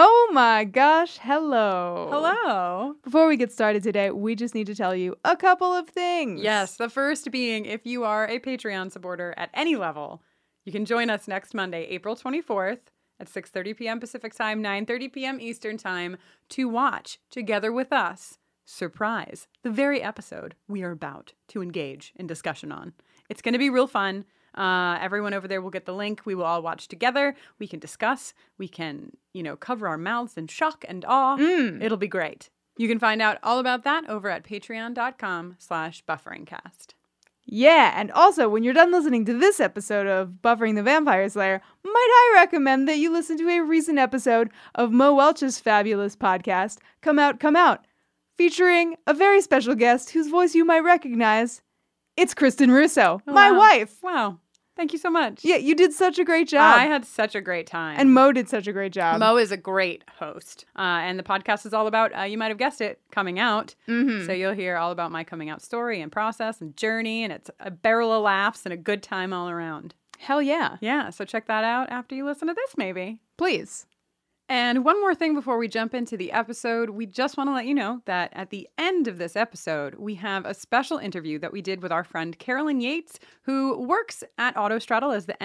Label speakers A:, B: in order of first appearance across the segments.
A: Oh my gosh, hello.
B: Hello.
A: Before we get started today, we just need to tell you a couple of things.
B: Yes, the first being if you are a Patreon supporter at any level, you can join us next Monday, April 24th at 6:30 p.m. Pacific Time, 9:30 p.m. Eastern Time to watch together with us. Surprise, the very episode we are about to engage in discussion on. It's going to be real fun. Uh, everyone over there will get the link. We will all watch together. We can discuss. We can, you know, cover our mouths in shock and awe.
A: Mm,
B: It'll be great. You can find out all about that over at patreon.com slash bufferingcast.
A: Yeah, and also, when you're done listening to this episode of Buffering the Vampire Slayer, might I recommend that you listen to a recent episode of Mo Welch's fabulous podcast, Come Out, Come Out, featuring a very special guest whose voice you might recognize. It's Kristen Russo,
B: Oh,
A: my
B: wow.
A: wife.
B: Wow. Thank you so much.
A: Yeah, you did such a great job.
B: I had such a great time.
A: and Mo did such a great job.
B: Mo is a great host. Uh, and the podcast is all about, uh, you might have guessed it, coming out.
A: Mm-hmm. Hmm.
B: So you'll hear all about my coming out story and process and journey. And it's a barrel of laughs and a good time all around.
A: Hell yeah.
B: Yeah. So check that out after you listen to this, maybe.
A: Please.
B: And one more thing before we jump into the episode, we just want to let you know that at the end of this episode, we have a special interview that we did with our friend Carolyn Yates, who works at Autostraddle as the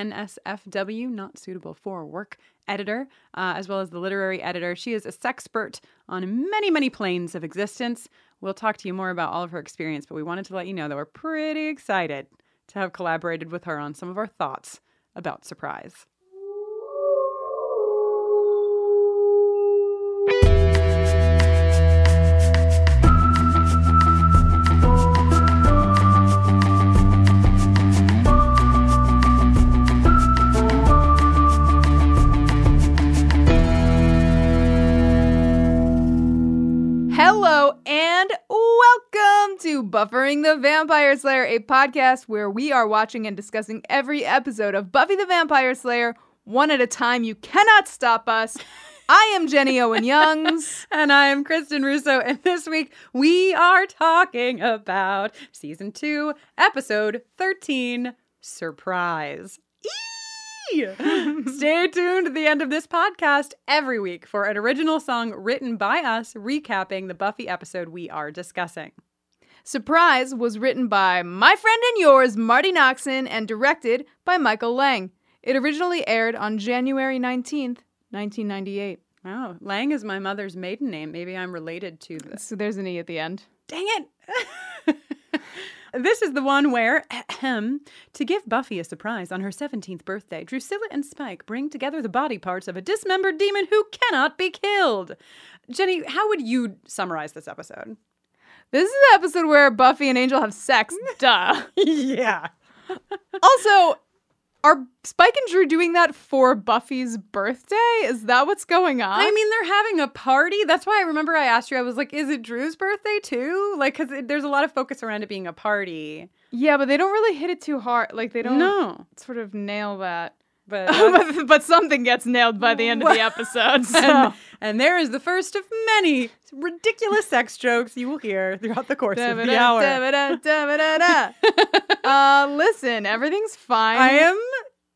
B: NSFW, not suitable for work, editor, uh, as well as the literary editor. She is a sexpert on many, many planes of existence. We'll talk to you more about all of her experience, but we wanted to let you know that we're pretty excited to have collaborated with her on some of our thoughts about surprise.
A: Hello and welcome to Buffering the Vampire Slayer, a podcast where we are watching and discussing every episode of Buffy the Vampire Slayer one at a time. You cannot stop us. I am Jenny Owen Youngs.
B: And I'm Kristen Russo, and this week we are talking about season two, episode 13 Surprise. Eee! Stay tuned to the end of this podcast every week for an original song written by us recapping the Buffy episode we are discussing.
A: Surprise was written by my friend and yours, Marty Noxon, and directed by Michael Lang. It originally aired on January 19th, 1998.
B: Wow, Lang is my mother's maiden name. Maybe I'm related to this.
A: So there's an E at the end.
B: Dang it. this is the one where, ahem, to give Buffy a surprise on her 17th birthday, Drusilla and Spike bring together the body parts of a dismembered demon who cannot be killed. Jenny, how would you summarize this episode?
A: This is the episode where Buffy and Angel have sex. Duh.
B: yeah.
A: Also, are Spike and Drew doing that for Buffy's birthday? Is that what's going on?
B: I mean, they're having a party. That's why I remember I asked you, I was like, is it Drew's birthday too? Like, because there's a lot of focus around it being a party.
A: yeah, but they don't really hit it too hard. Like they don't
B: No.
A: sort of nail that.
B: But that's-
A: but, but something gets nailed by the end of the episode.
B: and,
A: So.
B: and there is the first of many ridiculous sex jokes you will hear throughout the course of the
A: Da-ba-da,
B: hour.
A: da-ba-da, da-ba-da-da. uh, listen, everything's fine.
B: I am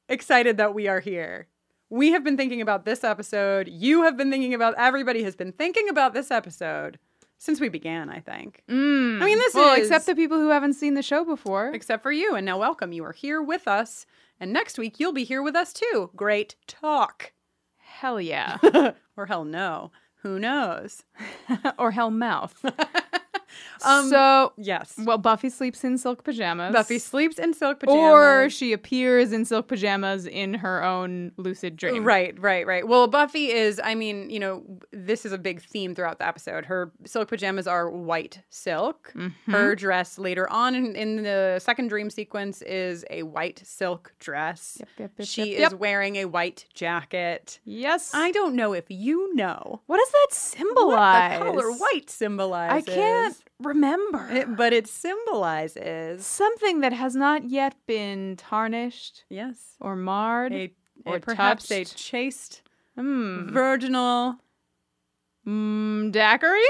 B: excited that we are here. We have been thinking about this episode. You have been thinking about everybody has been thinking about this episode since we began, I think.
A: Mm.
B: I mean, this
A: well,
B: is
A: except the people who haven't seen the show before.
B: except for you and now welcome you are here with us and next week you'll be here with us too. Great talk.
A: Hell yeah,
B: or hell no. Who knows?
A: or hell mouth.
B: Um,
A: so,
B: Yes.
A: well, Buffy sleeps in silk pajamas.
B: Buffy sleeps in silk pajamas.
A: Or she appears in silk pajamas in her own lucid dream.
B: Right, right, right. Well, Buffy is, I mean, you know, this is a big theme throughout the episode. Her silk pajamas are white silk.
A: Mm-hmm.
B: Her dress later on in, in the second dream sequence is a white silk dress.
A: Yep, yep, yep,
B: she
A: yep,
B: is
A: yep.
B: wearing a white jacket.
A: Yes.
B: I don't know if you know
A: what does that
B: what
A: symbolize?
B: the color white
A: I
B: symbolizes.
A: can't remember.
B: It- but it symbolizes,
A: Something that has not yet been tarnished
B: yes,
A: or marred.
B: a,
A: Or
B: or perhaps a
A: touched.
B: chaste,
A: Hmm.
B: virginal.
A: Mm, daiquiri?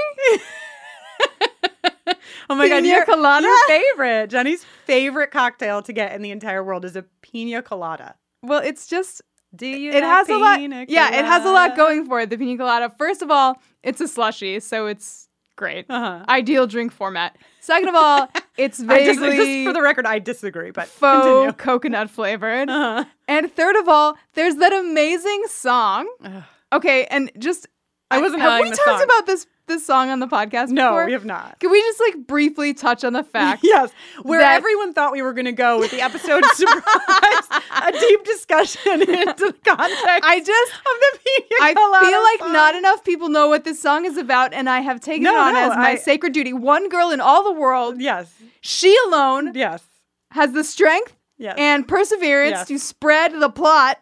B: Oh my God,
A: Pina
B: your
A: colada?
B: your favorite, Jenny's favorite cocktail to get in the entire world is a pina colada.
A: Well, it's just
B: Do you?
A: it
B: know
A: has a lot.
B: pina
A: Yeah, it has a lot
B: colada?
A: going for it. The pina colada. First of all, it's a slushy, so it's great.
B: Uh-huh.
A: Ideal drink format. Second of all, it's
B: I
A: vaguely
B: dis- just for the record, I disagree, but
A: faux
B: continue.
A: coconut flavored.
B: Uh-huh.
A: And third of all, there's that amazing song.
B: Ugh.
A: Okay, and just
B: I wasn't
A: have we
B: howling the
A: talked
B: song.
A: about this this song on the podcast?
B: No,
A: before?
B: we have not.
A: Can we just like briefly touch on the fact?
B: Yes, where
A: That-
B: everyone thought we were going to go with the episode surprise, a deep discussion into the context
A: I just
B: of the pina
A: I
B: colada
A: feel like
B: song.
A: not enough people know what this song is about, and I have taken
B: No,
A: it on
B: no,
A: as my
B: I-
A: sacred duty. One girl in all the world,
B: Yes,
A: she alone
B: yes,
A: has the strength
B: yes.
A: and perseverance
B: Yes.
A: to spread the plot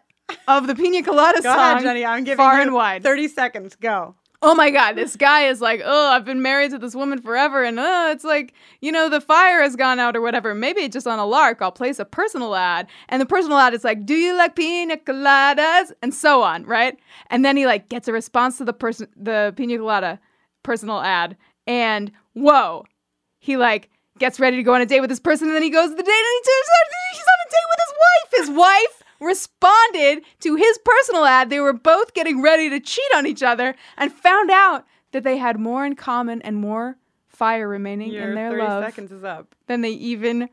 A: of the Pina Colada
B: go
A: song
B: ahead, Jenny. I'm giving
A: far
B: you
A: and wide.
B: Thirty seconds. Go.
A: oh my God, this guy is like, oh, I've been married to this woman forever, and uh, it's like, you know, the fire has gone out or whatever. Maybe just on a lark, I'll place a personal ad. And the personal ad is like, do you like pina coladas? And so on, right? And then he like gets a response to the person, the pina colada personal ad, and whoa, he like gets ready to go on a date with this person, and then he goes to the date, and he turns out that he's on a date with his wife. His wife responded to his personal ad. They were both getting ready to cheat on each other, and found out that they had more in common and more fire remaining
B: Your
A: in their
B: thirty
A: love
B: seconds is up.
A: than they even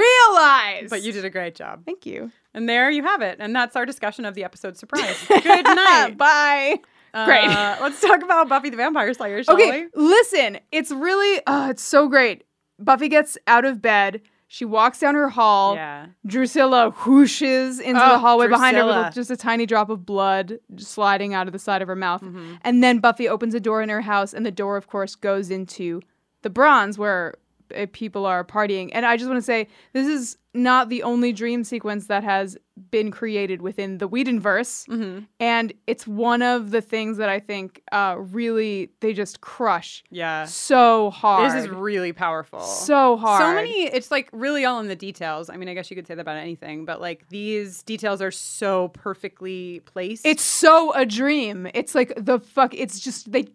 A: realized.
B: But you did a great job.
A: Thank you.
B: And there you have it. And that's our discussion of the episode surprise. Good night.
A: Bye. Great.
B: Uh, let's talk about Buffy the Vampire Slayer, shall
A: Okay,
B: we?
A: listen. It's really, oh, it's so great. Buffy gets out of bed. She walks down her hall.
B: Yeah.
A: Drusilla whooshes into the
B: Oh,
A: hallway behind her with
B: Drusilla.
A: a- just a tiny drop of blood sliding out of the side of her mouth.
B: Mm-hmm.
A: And then Buffy opens a door in her house, and the door, of course, goes into the bronze where uh, people are partying. And I just want to say this is not the only dream sequence that has been created within the Whedonverse.
B: Mm-hmm.
A: And it's one of the things that I think uh, really they just crush
B: Yeah.
A: so hard.
B: This is really powerful.
A: so hard.
B: So many, it's like really all in the details. I mean, I guess you could say that about anything, but like these details are so perfectly placed.
A: It's so a dream. It's like the fuck. It's just they.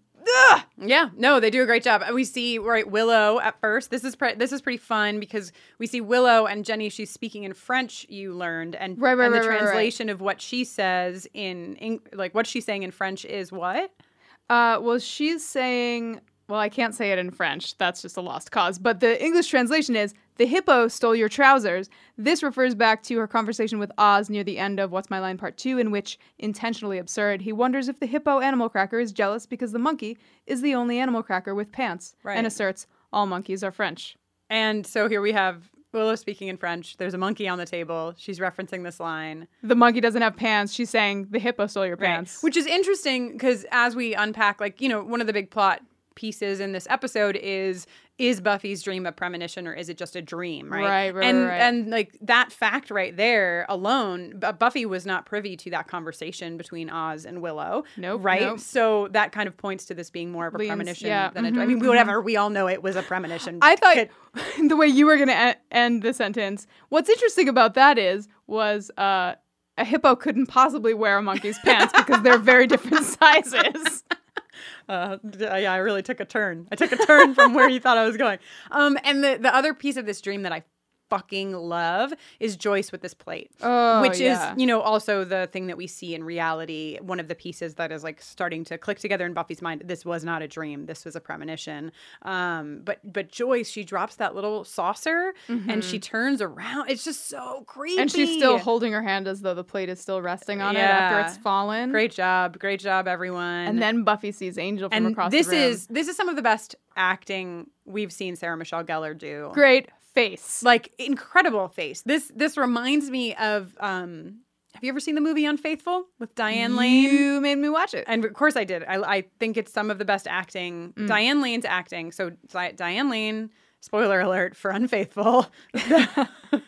A: Ugh!
B: yeah, no, they do a great job. We see right Willow at first. This is pre- this is pretty fun because we see Willow and Jenny. She's speaking in French. You learned and
A: Right, right,
B: and
A: right,
B: the
A: right, right.
B: translation of what she says in, in like what she's saying in French is what
A: Uh, well, she's saying. Well, I can't say it in French. That's just a lost cause. But the English translation is the hippo stole your trousers. This refers back to her conversation with Oz near the end of What's My Line Part 2, in which, intentionally absurd, he wonders if the hippo animal cracker is jealous because the monkey is the only animal cracker with pants
B: Right.
A: and asserts all monkeys are French.
B: And so here we have Willow speaking in French. There's a monkey on the table. She's referencing this line,
A: The monkey doesn't have pants. She's saying the hippo stole your pants.
B: which is interesting because as we unpack, like, you know, one of the big plot pieces in this episode is is Buffy's dream a premonition or is it just a dream, right?
A: Right, right,
B: and
A: right, right.
B: and like that fact right there alone, Bu- Buffy was not privy to that conversation between Oz and Willow,
A: Nope,
B: right?
A: nope.
B: So that kind of points to this being more of a
A: Leans-
B: premonition
A: yeah, mm-hmm,
B: than a dream. I mean, whatever, we all know it was a premonition.
A: I
B: Could-
A: thought the way you were going to end the sentence. What's interesting about that is was uh, a hippo couldn't possibly wear a monkey's pants because they're very different sizes.
B: Uh, d- yeah, I really took a turn. I took a turn from where you thought I was going. Um, and the, the other piece of this dream that I fucking love is Joyce with this plate,
A: Oh,
B: which
A: yeah.
B: is you know also the thing that we see in reality. One of the pieces that is like starting to click together in Buffy's mind. This was not a dream. This was a premonition. Um, but but Joyce, she drops that little saucer and she turns around. It's just so creepy.
A: And she's still holding her hand as though the plate is still resting on it
B: Yeah.
A: after it's fallen.
B: Great job, great job, everyone.
A: And then Buffy sees Angel from
B: and
A: across
B: this
A: the room.
B: is this is some of the best acting we've seen Sarah Michelle Gellar do.
A: great face.
B: Like incredible face. This this reminds me of um have you ever seen the movie Unfaithful with Diane Lane?
A: You made me watch it.
B: and of course I did. I, I think it's some of the best acting. Diane Lane's acting. So Di- Diane Lane, spoiler alert for Unfaithful.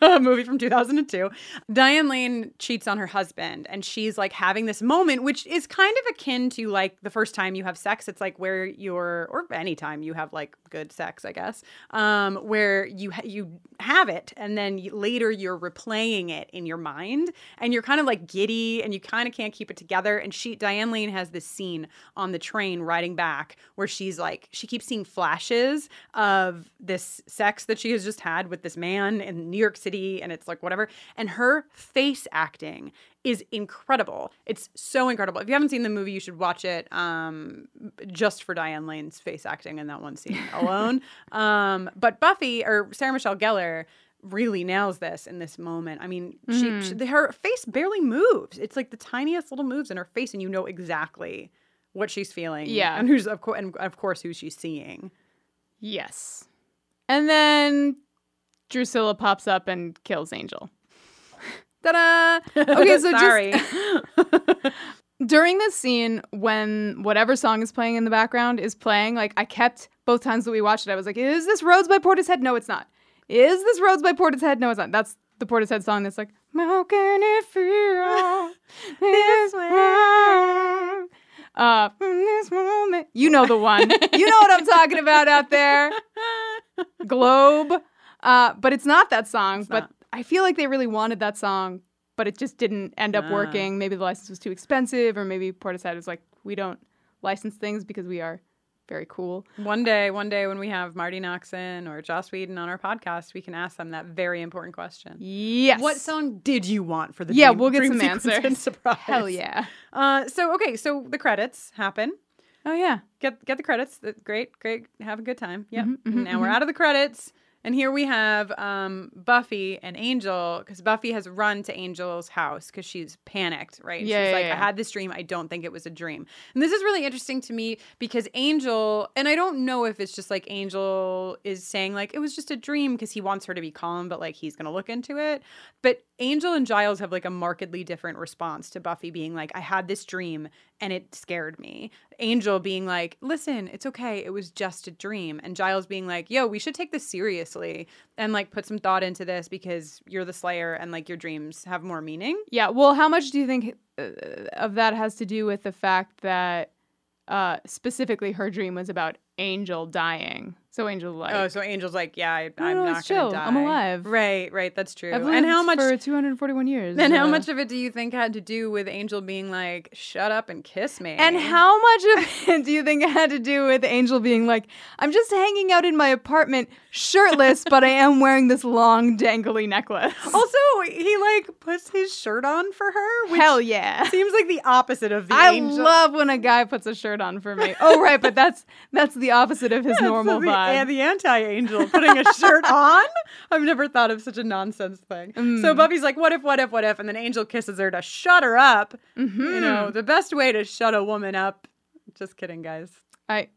B: a movie from 2002. Diane Lane cheats on her husband, and she's like having this moment, which is kind of akin to like the first time you have sex. It's like where you're, or anytime you have like good sex, I guess, um, where you ha- you have it, and then you, later you're replaying it in your mind, and you're kind of like giddy, and you kind of can't keep it together. And she, Diane Lane, has this scene on the train riding back where she's like, she keeps seeing flashes of this sex that she has just had with this man in New York City, and it's like whatever. And her face acting is incredible. It's so incredible. If you haven't seen the movie, you should watch it um, just for Diane Lane's face acting in that one scene alone. um, but Buffy or Sarah Michelle Gellar really nails this in this moment. I mean, she, she her face barely moves. It's like the tiniest little moves in her face, and you know exactly what she's feeling.
A: Yeah.
B: and who's of course, and of course, who she's seeing.
A: Yes. And then Drusilla pops up and kills Angel. Ta da! Okay, so
B: Sorry.
A: just during this scene, when whatever song is playing in the background is playing, like I kept both times that we watched it, I was like, is this Roads by Portishead? No, it's not. Is this Roads by Portishead? No, it's not. That's the Portishead song that's like, How can it feel this way? Uh, in this moment. You know the one. you know what I'm talking about out there. Globe. Uh, but it's not that song. but
B: not.
A: I feel like they really wanted that song, but it just didn't end up
B: Ah.
A: working. Maybe the license was too expensive, or maybe Portishead was like, we don't license things because we are very cool.
B: One day, one day when we have Marty Noxon or Joss Whedon on our podcast, we can ask them that very important question.
A: Yes.
B: What song did you want for the
A: Yeah,
B: dream-
A: we'll get some
B: dream sequence
A: answers.
B: and surprise?
A: Hell yeah.
B: Uh, so okay, so the credits happen.
A: Oh, yeah.
B: Get get the credits. Th- Great, great. Have a good time. Yep.
A: Mhm, mhm,
B: now we're out of the credits, and here we have um, Buffy and Angel because Buffy has run to Angel's house because she's panicked. Right?
A: Yeah,
B: she's
A: yeah,
B: like,
A: yeah.
B: I had this dream. I don't think it was a dream. And this is really interesting to me because Angel, and I don't know if it's just like Angel is saying like it was just a dream because he wants her to be calm, but like he's gonna look into it. But Angel and Giles have like a markedly different response to Buffy being like, I had this dream and it scared me. Angel being like, listen, it's okay. It was just a dream. And Giles being like, yo, we should take this seriously and like put some thought into this because you're the Slayer and like your dreams have more meaning.
A: Yeah. Well, how much do you think uh, of that has to do with the fact that uh, specifically her dream was about Angel dying? So Angel like
B: Oh, so Angel's like, yeah, I,
A: No,
B: I'm
A: no,
B: not
A: it's
B: gonna
A: chill.
B: die.
A: I'm alive.
B: Right, right. That's true.
A: I've
B: and how
A: lived
B: much?
A: for 241 years?
B: and how
A: uh,
B: much of it do you think had to do with Angel being like, shut up and kiss me?
A: And how much of it do you think had to do with Angel being like, I'm just hanging out in my apartment shirtless, but I am wearing this long dangly necklace?
B: Also, he like puts his shirt on for her, which
A: Hell yeah.
B: seems like the opposite of the
A: I
B: Angel.
A: love when a guy puts a shirt on for me. Oh right, but that's that's the opposite of his
B: Yeah, so
A: normal
B: the,
A: vibe.
B: And the anti-angel putting a shirt on. I've never thought of such a nonsense thing. So Buffy's like, "What if? What if? What if?" And then Angel kisses her to shut her up.
A: Mm-hmm.
B: You know, the best way to shut a woman up. Just kidding, guys.
A: I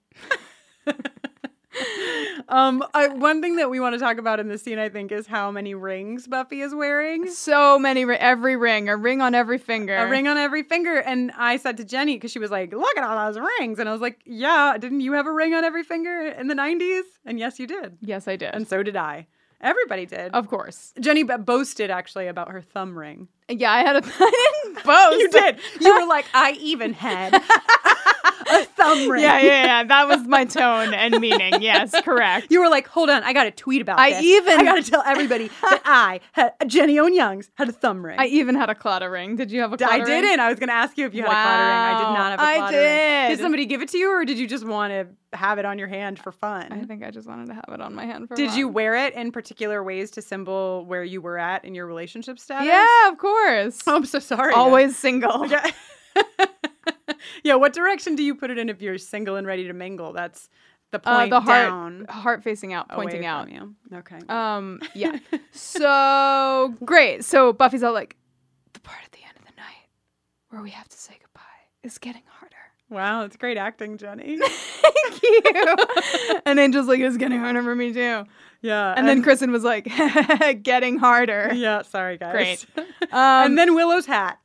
B: Um, I, one thing that we want to talk about in this scene, I think, is how many rings Buffy is wearing.
A: so many ri- every ring, a ring on every finger.
B: A ring on every finger. And I said to Jenny, because she was like, look at all those rings. And I was like, yeah, didn't you have a ring on every finger in the 90s? And yes, you did.
A: Yes, I did.
B: And so did I. Everybody did.
A: Of course.
B: Jenny b- boasted actually about her thumb ring.
A: Yeah, I had a I didn't boast.
B: You did. You were like, I even had a thumb ring.
A: Yeah, yeah, yeah. That was my tone and meaning. Yes, correct.
B: You were like, hold on, I got to tweet about
A: I
B: this.
A: even-
B: I got to tell everybody that I had Jenny Owen Young's had a thumb ring.
A: I even had a clotter ring. Did you have a
B: I
A: clotter ring?
B: didn't. I was going to ask you if you had a clotter ring. I
A: Wow.
B: did not have
A: I
B: a clotter ring.
A: did.
B: Did somebody give it to you, or did you just want to have it on your hand for fun?
A: I think I just wanted to have it on my hand for
B: did you
A: fun.
B: wear it in particular ways to symbol where you were at in your relationship status?
A: Yeah, of course.
B: Oh, I'm so sorry.
A: Always single.
B: Yeah. yeah. What direction do you put it in if you're single and ready to mingle? That's the
A: Uh,
B: point
A: the heart
B: down,
A: heart facing out,
B: away
A: pointing out.
B: from you. Okay.
A: Um, yeah. so great. So Buffy's all like, the part at the end of the night where we have to say goodbye is getting harder.
B: wow, it's great acting, Jenny.
A: Thank you. and Angel's like, it's getting harder for me too.
B: yeah.
A: And then Kristen was like, getting harder.
B: yeah. Sorry, guys.
A: Great.
B: and
A: Um,
B: then Willow's hat.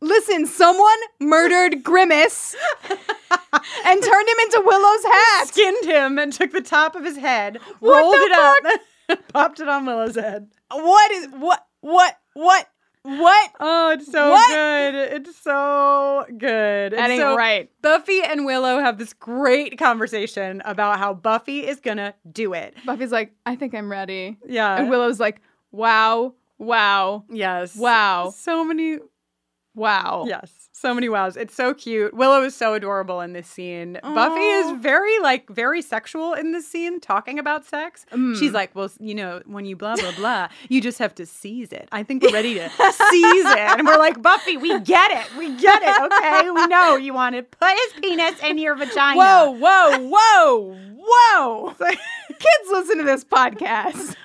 A: listen, someone murdered Grimace and turned him into Willow's hat.
B: skinned him and took the top of his head,
A: What
B: rolled
A: the
B: it Popped it on Willow's head.
C: What is what what what what?
B: Oh, it's so
C: What?
B: good. It's so good.
A: That
B: And
A: ain't
B: so
A: right.
B: Buffy and Willow have this great conversation about how Buffy is gonna do it.
A: Buffy's like, I think I'm ready.
B: Yeah.
A: And Willow's like, wow, wow,
B: yes.
A: wow,
B: So many
C: Oh.
A: wow.
B: Yes. So many wows. It's so cute. Willow is so adorable in this scene. Buffy
A: Aw.
B: is very like very sexual in this scene, talking about sex.
A: Mm.
C: Hmm.
B: She's like, well, you know, when you blah blah blah, you just have to seize it. I think we're ready to seize it, and we're like, Buffy, we get it, we get it. Okay, we know you want to put his penis in your vagina.
C: Whoa, whoa, whoa, whoa.
A: Kids listen to this podcast.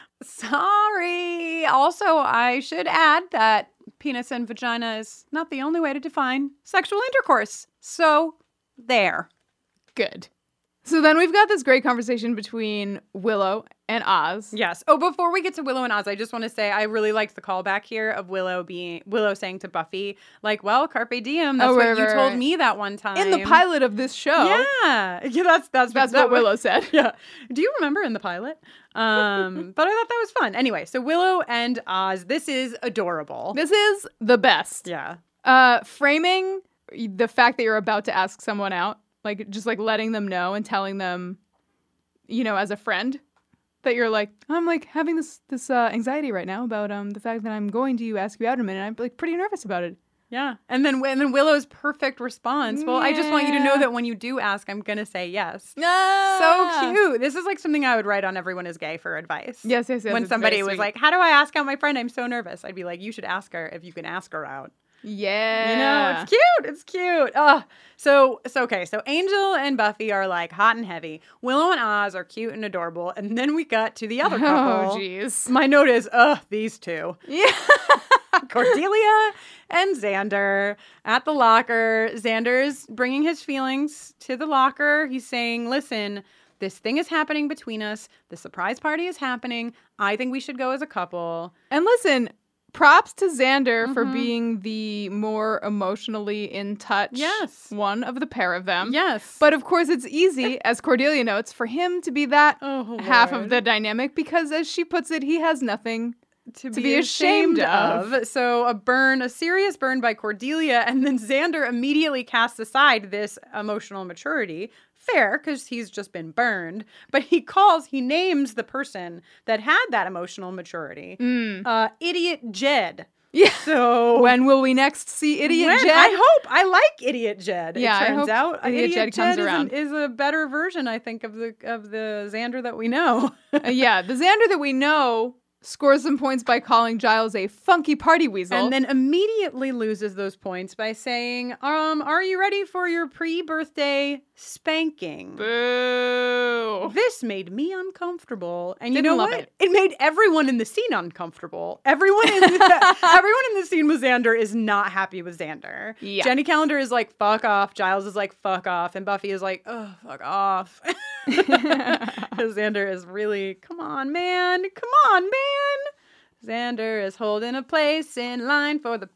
B: Sorry. Also, I should add that penis and vagina is not the only way to define sexual intercourse. So, there.
A: Good. So then we've got this great conversation between Willow and Oz.
B: Yes. Oh, before we get to Willow and Oz, I just want to say I really liked the callback here of Willow being Willow saying to Buffy, like, "Well, carpe diem." That's
A: Oh,
B: what
A: right,
B: you
A: right,
B: told
A: right.
B: me that one time
A: In the pilot of this show,
B: Yeah, yeah. That's that's
A: that's
B: that
A: what Willow said.
B: Yeah. Do you remember in the pilot? Um, but I thought that was fun. Anyway, so Willow and Oz. This is adorable.
A: This is the best.
B: yeah.
A: Uh, framing the fact that you're about to ask someone out, like just like letting them know and telling them, you know, as a friend, that you're like, I'm like having this this uh, anxiety right now about um the fact that I'm going to ask you out in a minute. I'm like pretty nervous about it.
B: Yeah. And then and then Willow's perfect response. Well, I just want you to know
A: Yeah.
B: that when you do ask, I'm gonna say yes. So
C: Ah.
B: cute. This is like something I would write on everyone is gay for advice.
A: Yes, yes, yes.
B: when
A: it's very
B: somebody was
A: sweet.
B: like, "How do I ask out my friend? I'm so nervous." I'd be like, "You should ask her if you can ask her out."
A: yeah,
B: You know, it's cute. It's cute. Ugh. So, so okay. So Angel and Buffy are like hot and heavy. Willow and Oz are cute and adorable. And then we got to the other couple.
A: Oh, jeez.
B: My note is, ugh, these two.
A: Yeah.
B: Cordelia and Xander at the locker. Xander's bringing his feelings to the locker. He's saying, Listen, this thing is happening between us. The surprise party is happening. I think we should go as a couple.
A: And listen, props to Xander for
B: Mhm.
A: being the more emotionally in touch
B: Yes.
A: one of the pair of them.
B: Yes.
A: But of course, it's easy, as Cordelia notes, for him to be that
B: oh,
A: half
B: Lord.
A: of the dynamic because, as she puts it, he has nothing.
B: to,
A: be ashamed
B: So a burn, a serious burn by Cordelia, and then Xander immediately casts aside this emotional maturity. Fair, because he's just been burned. But he calls, he names the person that had that emotional maturity.
A: Mm.
B: Uh, idiot Jed.
A: Yeah.
B: So
A: When will we next see Idiot
B: Oh. when-
A: Jed?
B: I hope I like Idiot Jed.
A: Yeah, I
B: it turns
A: hope
B: out
A: Idiot Jed comes
B: is an-
A: around.
B: is a better version, I think, of the of the Xander that we know.
A: Uh, yeah, the Xander that we know scores some points by calling Giles a funky party weasel.
B: And then immediately loses those points by saying, um, are you ready for your pre-birthday spanking?
A: Boo.
B: This made me uncomfortable. And you
A: Oh. Didn't
B: know
A: love
B: what?
A: it.
B: made everyone in the scene uncomfortable. Everyone in the, everyone in the scene with Xander is not happy with Xander.
A: Yeah.
B: Jenny Calendar is like, fuck off. Giles is like, fuck off. And Buffy is like, oh, fuck off. Xander is really, come on, man. Come on, man. Xander is holding a place in line for the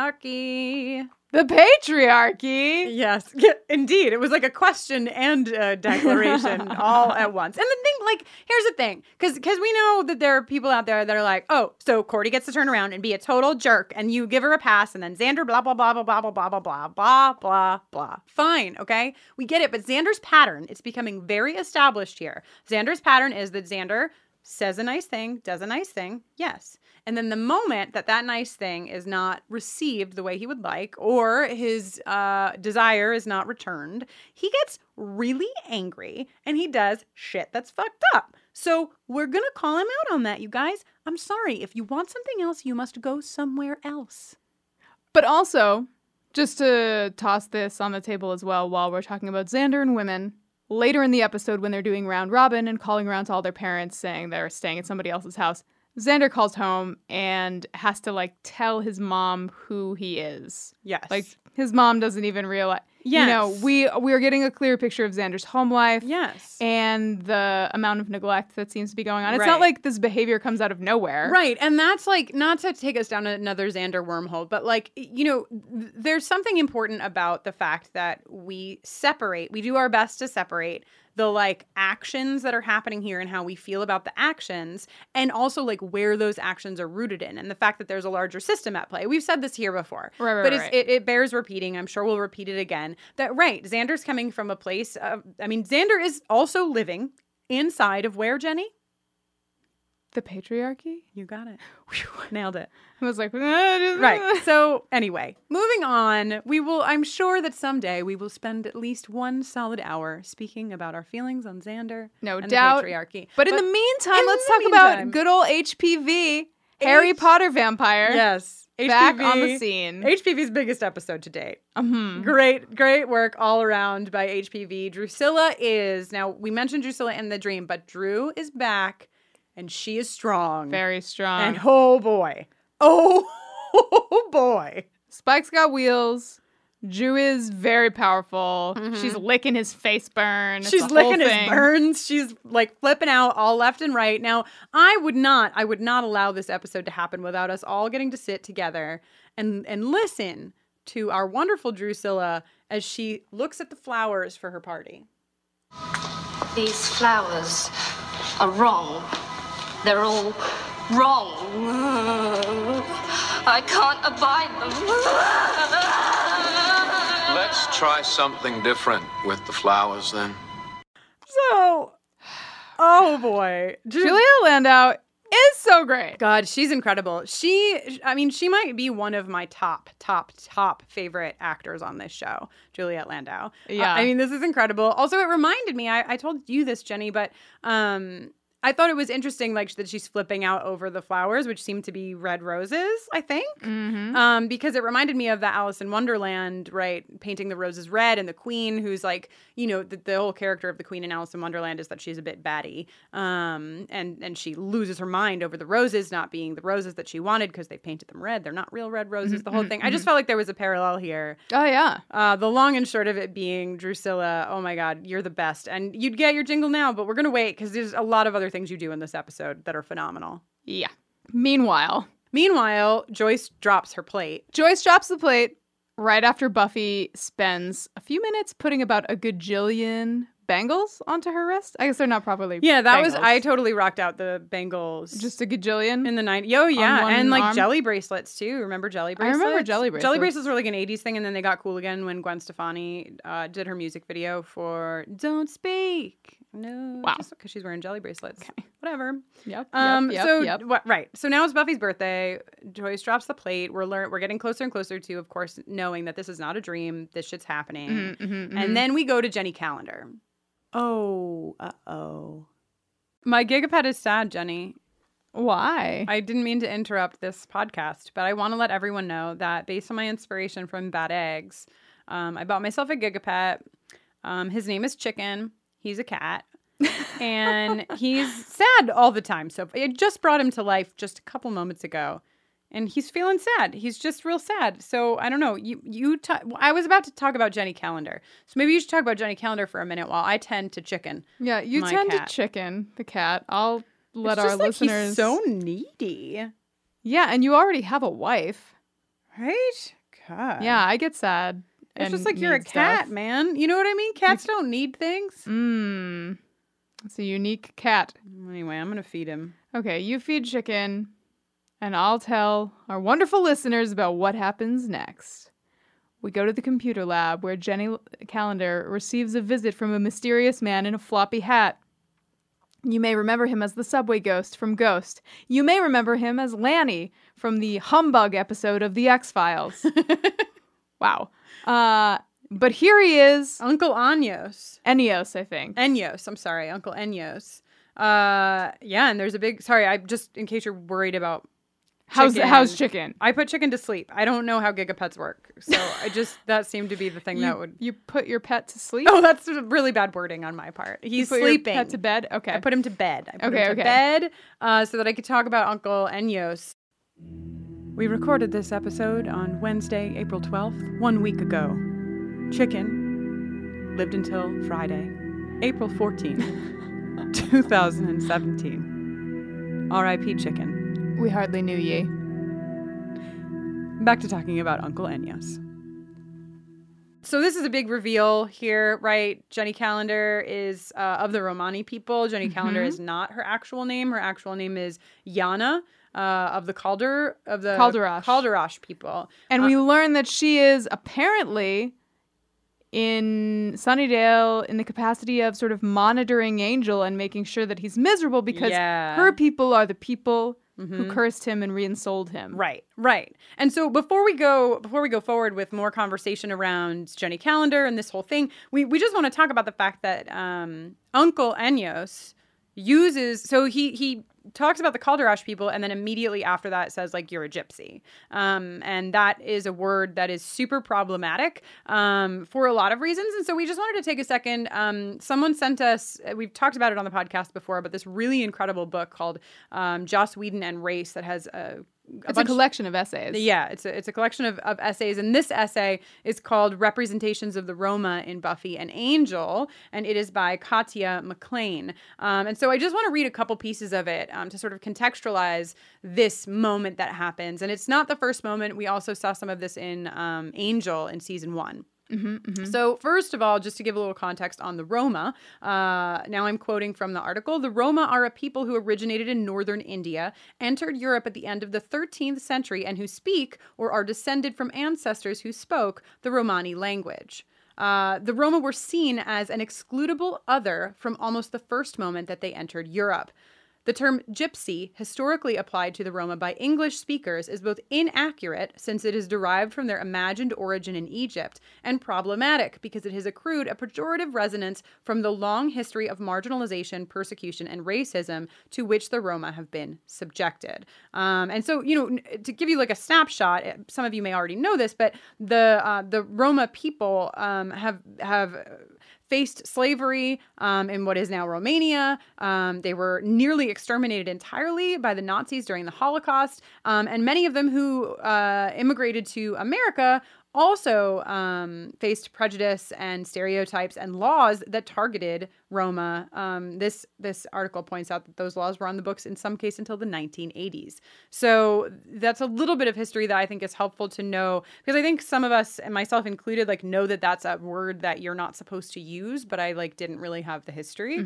B: patriarchy.
A: The patriarchy.
B: Yes, yeah, indeed. It was like a question and a declaration all at once. And the thing, like, here's the thing, because because we know that there are people out there that are like, oh, so Cordy gets to turn around and be a total jerk, and you give her a pass, and then Xander blah blah blah blah blah blah blah blah blah blah blah blah. Fine, okay, we get it. But Xander's pattern, it's becoming very established here. Xander's pattern is that Xander says a nice thing, does a nice thing, yes. And then the moment that that nice thing is not received the way he would like, or his uh, desire is not returned, he gets really angry and he does shit that's fucked up. So we're gonna call him out on that, you guys. I'm sorry. If you want something else, you must go somewhere else.
A: But also, just to toss this on the table as well while we're talking about Xander and women, later in the episode when they're doing round robin and calling around to all their parents saying they're staying at somebody else's house, Xander calls home and has to like tell his mom who he is.
B: Yes.
A: Like his mom doesn't even realize. You know,
B: Yes.
A: we we are getting a clear picture of Xander's home life.
B: yes.
A: And the amount of neglect that seems to be going on. It's not
B: Right.
A: like this behavior comes out of nowhere.
B: Right. And that's like, not to take us down another Xander wormhole, but like, you know, th- there's something important about the fact that we separate, we do our best to separate the like actions that are happening here and how we feel about the actions and also like where those actions are rooted in and the fact that there's a larger system at play. We've said this here before.
A: Right, right,
B: but
A: right.
B: It's, it, it bears repeating. I'm sure we'll repeat it again. That right, Xander's coming from a place of I mean Xander is also living inside of where Jenny?
A: The patriarchy?
B: You got it. Nailed it.
A: I was like, right.
B: Right. So, anyway, moving on, we will, I'm sure that someday we will spend at least one solid hour speaking about our feelings on Xander.
A: No
B: and
A: doubt.
B: The patriarchy.
A: But in the meantime,
B: in
A: let's
B: the
A: talk
B: meantime-
A: about good old HPV, Harry
B: H-
A: Potter vampire,
B: Yes.
A: back on
B: HPV
A: the scene.
B: HPV's biggest episode to date.
A: Mhm.
B: Great, great work all around by HPV. Drusilla is, now we mentioned Drusilla in the dream, but Drew is back and she is strong.
A: Very strong.
B: And oh boy. Oh, boy.
A: Spike's got wheels. Drew is very powerful. She's licking his face burn. It's
B: Mm-hmm. She's
A: a whole
B: licking his
A: thing.
B: burns. She's like flipping out all left and right. Now, I would not, I would not allow this episode to happen without us all getting to sit together and and listen to our wonderful Drusilla as she looks at the flowers for her party.
D: These flowers are wrong. They're all wrong. I can't abide them.
E: Let's try something different with the flowers then.
B: So, oh boy,
A: Julia Landau is so great.
B: God, she's incredible. She, I mean, she might be one of my top, top, top favorite actors on this show, Juliet Landau.
A: Yeah.
B: I, I mean, this is incredible. Also, it reminded me, I, I told you this, Jenny, but um, I thought it was interesting, like, that she's flipping out over the flowers, which seem to be red roses, I think. Um, because it reminded me of that Alice in Wonderland, right? Painting the roses red and the queen, who's like, you know, the, the whole character of the queen in Alice in Wonderland is that she's a bit batty. Um, and, and she loses her mind over the roses not being the roses that she wanted because they painted them red. They're not real red roses, the whole thing. I just felt like there was a parallel here.
A: Oh yeah.
B: Uh, the long and short of it being, Drusilla, oh my God, you're the best. And you'd get your jingle now, but we're going to wait because there's a lot of other things you do in this episode that are phenomenal.
A: Yeah. Meanwhile,
B: Meanwhile, Joyce drops her plate.
A: Joyce drops the plate right after Buffy spends a few minutes putting about a gajillion bangles onto her wrist. I guess they're not properly.
B: Yeah, that was
A: bangles.
B: I totally rocked out the Bengals
A: just a gajillion.
B: in the 90s. Yo, yeah,
A: one
B: and like
A: arm.
B: jelly bracelets too. Remember jelly
A: I
B: bracelets?
A: remember jelly
B: Jelly
A: bracelets.
B: bracelets were like an 80s thing and then they got cool again when Gwen Stefani uh, did her music video for Don't Speak. No,
A: Wow.
B: because she's wearing jelly bracelets. Whatever.
A: yep.
B: Um.
A: yep,
B: so
A: yep.
B: what- right. So now it's Buffy's birthday. Joyce drops the plate. We're learn. We're getting closer and closer to, of course, knowing that this is not a dream. This shit's happening.
A: Mm-hmm,
B: And then we go to Jenny Calendar. Oh. Uh oh. My gigapet is sad, Jenny.
A: why?
B: I didn't mean to interrupt this podcast, but I want to let everyone know that based on my inspiration from Bad Eggs, um, I bought myself a Gigapet. Um, his name is Chicken. He's a cat. and he's sad all the time. So I just brought him to life just a couple moments ago. And he's feeling sad. He's just real sad. So I don't know. You, you. T- I was about to talk about Jenny Calendar. So maybe you should talk about Jenny Calendar for a minute while I tend to Chicken.
A: yeah, you
B: my
A: tend
B: cat.
A: to chicken the cat. I'll let
B: It's
A: our
B: just like
A: listeners.
B: He's so needy,
A: yeah, and you already have a wife.
B: right? God.
A: Yeah, I get sad.
B: It's
A: and
B: just like you're a
A: need
B: cat,
A: stuff.
B: man. You know what I mean? Cats don't need things.
A: Mm. It's a unique cat.
B: Anyway, I'm gonna feed him.
A: Okay, you feed chicken, and I'll tell our wonderful listeners about what happens next. We go to the computer lab where Jenny L- Calendar receives a visit from a mysterious man in a floppy hat. You may remember him as the subway ghost from Ghost. You may remember him as Lanny from the humbug episode of The X Files. wow. Uh, but here he is,
B: Uncle Anyos.
A: Ennios, I think.
B: Enyos, I'm sorry, Uncle Enyos. Uh yeah, and there's a big sorry, I just in case you're worried about
A: How's
B: Chicken.
A: how's chicken?
B: I put chicken to sleep. I don't know how gigapets work. So I just that seemed to be the thing that
A: You-
B: would
A: you put your pet to sleep.
B: Oh, that's really bad wording on my part. He's
A: put
B: sleeping.
A: Your pet to bed. Okay.
B: I put him to bed. I put
A: Okay,
B: him to
A: okay.
B: bed uh, so that I could talk about Uncle Enyos. We recorded this episode on Wednesday, April 12th, one week ago. Chicken lived until Friday, April 14th, 2017. RIP Chicken.
A: we hardly knew ye.
B: Back to talking about Uncle Enyos. so this is a big reveal here, right? Jenny Calendar is uh, of the Romani people. Jenny Calendar is not her actual name. Her actual name is Yana uh, of the Calder of the
A: Calderash.
B: Calderash people.
A: And we learn that she is apparently in Sunnydale in the capacity of sort of monitoring Angel and making sure that he's miserable because
B: Yeah.
A: her people are the people who cursed him and reinstalled him.
B: Right, right. And so before we go before we go forward with more conversation around Jenny Calendar and this whole thing, we, we just want to talk about the fact that um, Uncle Enyos uses so he he talks about the Calderash people and then immediately after that says like you're a gypsy. Um, and that is a word that is super problematic um, for a lot of reasons. And so we just wanted to take a second. Um, someone sent us, we've talked about it on the podcast before, but this really incredible book called um, Joss Whedon and Race that has a a
A: It's a
B: bunch-
A: collection of essays.
B: yeah, it's a, it's a collection of, of essays. And this essay is called Representations of the Roma in Buffy and Angel, and it is by Katya McLean. Um, and so I just want to read a couple pieces of it um, to sort of contextualize this moment that happens. And it's not the first moment. We also saw some of this in um, Angel in season one. So, first of all, just to give a little context on the Roma, uh, now I'm quoting from the article the Roma are a people who originated in northern India, entered Europe at the end of the 13th century, and who speak or are descended from ancestors who spoke the Romani language. Uh, the Roma were seen as an excludable other from almost the first moment that they entered Europe. The term gypsy, historically applied to the Roma by English speakers, is both inaccurate, since it is derived from their imagined origin in Egypt, and problematic, because it has accrued a pejorative resonance from the long history of marginalization, persecution, and racism to which the Roma have been subjected. Um, and so, you know, n- to give you like a snapshot, eh, some of you may already know this, but the uh, the Roma people um, have have uh, faced slavery um, in what is now Romania. Um, they were nearly exterminated entirely by the Nazis during the Holocaust. Um, and many of them who uh, immigrated to America also um, faced prejudice and stereotypes and laws that targeted Roma. Um, this this article points out that those laws were on the books in some case until the 1980s. So that's a little bit of history that I think is helpful to know because I think some of us and myself included like know that that's a word that you're not supposed to use, but I like didn't really have the history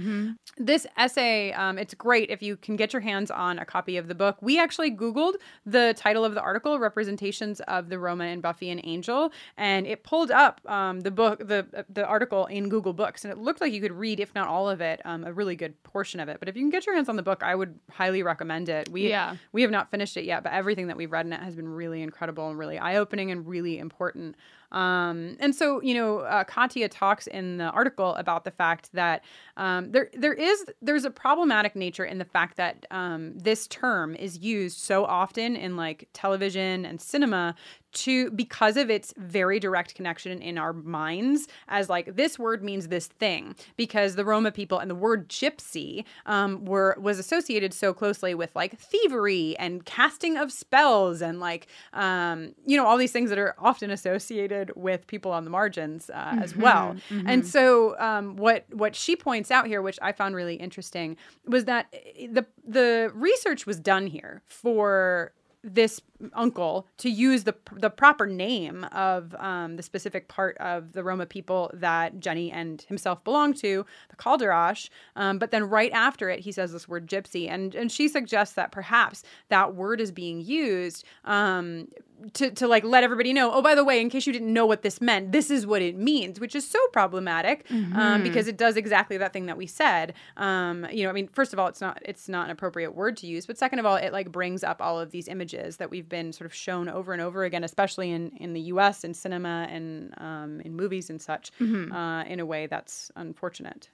B: this essay um, it's great if you can get your hands on a copy of the book we actually googled the title of the article representations of the roma and buffy and angel and it pulled up um, the book the the article in google books and it looked like you could read if not all of it um, a really good portion of it but if you can get your hands on the book i would highly recommend it we
A: Yeah.
B: we have not finished it yet but everything that we've read in it has been really incredible and really eye-opening and really important um, and so, you know, uh, Katya talks in the article about the fact that um, there there is there's a problematic nature in the fact that um, this term is used so often in like television and cinema to because of its very direct connection in our minds as like this word means this thing because the Roma people and the word gypsy um, were was associated so closely with like thievery and casting of spells and like um, you know all these things that are often associated with people on the margins uh, as well. And so um, what what she points out here, which I found really interesting, was that eh, the the research was done here for this uncle to use the the proper name of um, the specific part of the Roma people that Jenny and himself belong to, the Calderash. Um, but then right after it, he says this word gypsy, and and she suggests that perhaps that word is being used um, to to like let everybody know. Oh, by the way, in case you didn't know what this meant, this is what it means, which is so problematic um, because it does exactly that thing that we said. Um, you know, I mean, first of all, it's not it's not an appropriate word to use, but second of all, it like brings up all of these images that we've been sort of shown over and over again, especially in in the U.S. in cinema and um, in movies and such, uh, in a way that's unfortunate.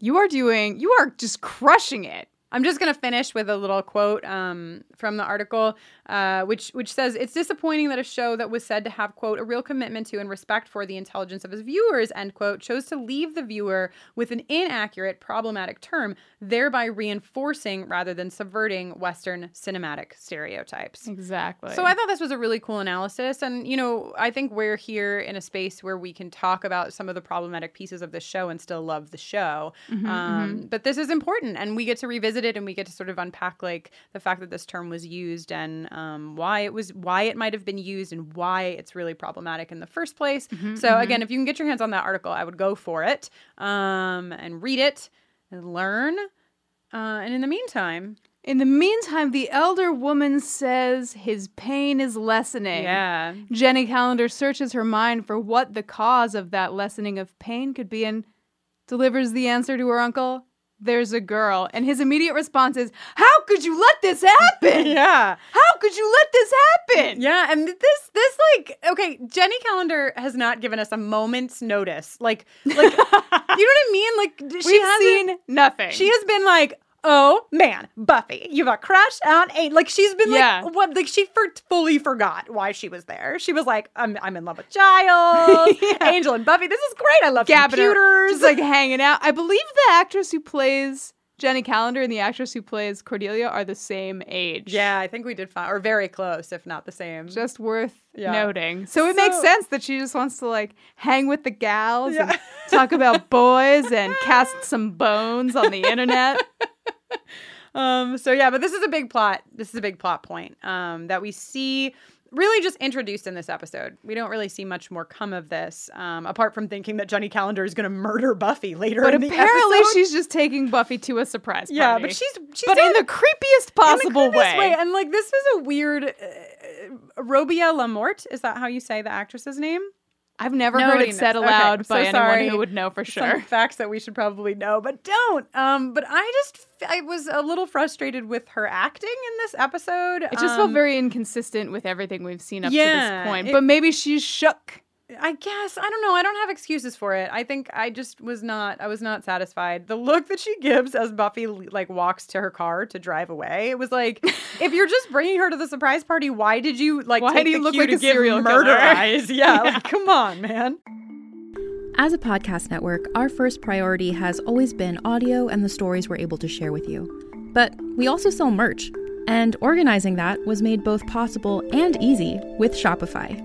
A: You are doing, you are just crushing it.
B: I'm just going to finish with a little quote um, from the article, uh, which which says it's disappointing that a show that was said to have quote a real commitment to and respect for the intelligence of its viewers end quote chose to leave the viewer with an inaccurate, problematic term, thereby reinforcing rather than subverting Western cinematic stereotypes.
A: Exactly.
B: So I thought this was a really cool analysis, and you know, I think we're here in a space where we can talk about some of the problematic pieces of the show and still love the show. um, But this is important, and we get to revisit revisited and we get to sort of unpack like the fact that this term was used and um, why it was why it might have been used and why it's really problematic in the first place. so again, if you can get your hands on that article, I would go for it um, and read it and learn. Uh, and in the meantime,
A: In the meantime, the elder woman says his pain is lessening.
B: yeah,
A: Jenny Calendar searches her mind for what the cause of that lessening of pain could be and delivers the answer to her uncle there's a girl. And his immediate response is, How could you let this happen?
B: yeah.
A: How could you let this happen?
B: Yeah, and th- this this like okay, Jenny Calendar has not given us a moment's notice. Like like you know what I mean? Like d- she
A: We've
B: hasn't
A: seen nothing.
B: she has been like, "Oh man, Buffy, you've a crush on a like she's been
A: Yeah.
B: like what like she for- fully forgot why she was there. She was like, "I'm I'm in love with Giles, Angel and Buffy. This is great. I love
A: Gabbiter,
B: computers."
A: just like hanging out. I believe the actress who plays Jenny Calendar and the actress who plays Cordelia are the same age.
B: yeah, I think we did fine or very close if not the same.
A: just worth
B: Yeah.
A: noting. So it makes
B: So-
A: sense that she just wants to like hang with the gals and talk about boys and cast some bones on the internet.
B: Um, so yeah, but this is a big plot. This is a big plot point um, that we see really just introduced in this episode. We don't really see much more come of this, um, apart from thinking that Johnny Calendar is going to murder Buffy later.
A: But
B: in the
A: apparently
B: episode.
A: she's just taking Buffy to a surprise party.
B: yeah, but she's she's
A: but
B: doing
A: in the creepiest possible
B: in the creepiest
A: way.
B: And like this was a weird. Uh, Robia Lamorte is that how you say the actress's name?
A: I've never heard
B: Nobody
A: it said
B: knows.
A: aloud
B: Okay,
A: by
B: so
A: anyone
B: sorry.
A: who would know for
B: Some
A: sure.
B: facts that we should probably know, but don't. Um, but I just f- I was a little frustrated with her acting in this episode.
A: It just felt very inconsistent with everything we've seen up to
B: um, yeah,
A: this point.
B: it-
A: but maybe she's shook.
B: I guess I don't know. I don't have excuses for it. I think I just was not. I was not satisfied. The look that she gives as Buffy like walks to her car to drive away. It was like, if you're just bringing her to the surprise party, why did you like?
A: Why
B: take
A: do you
B: the
A: look
B: cue
A: like
B: to
A: a
B: give
A: serial
B: murder
A: killer?
B: eyes? Yeah, like come on, man.
F: As a podcast network, our first priority has always been audio and the stories we're able to share with you. But we also sell merch, and organizing that was made both possible and easy with Shopify.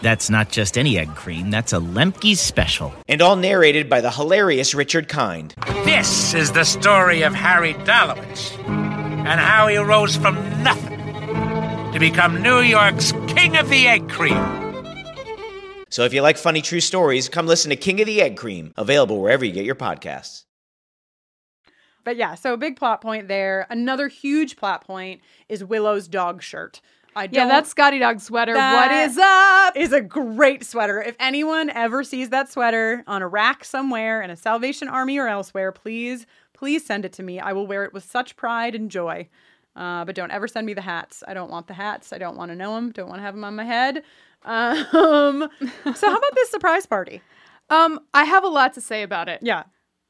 G: That's not just any egg cream, that's a Lemke's special.
H: and all narrated by the hilarious Richard Kind.
I: This is the story of Harry Dalowitz and how he rose from nothing to become New York's King of the Egg Cream.
H: So if you like funny true stories, come listen to King of the Egg Cream, available wherever you get your podcasts.
B: But yeah, so a big plot point there. Another huge plot point is Willow's dog shirt. I
A: Yeah, that Scotty Dog sweater. what is up?
B: Is a great sweater. If anyone ever sees that sweater on a rack somewhere in a Salvation Army or elsewhere, please, please send it to me. I will wear it with such pride and joy. Uh, but don't ever send me the hats. I don't want the hats. I don't want to know them. Don't want to have them on my head. Um, so how about this surprise party?
A: Um, I have a lot to say about it.
B: Yeah.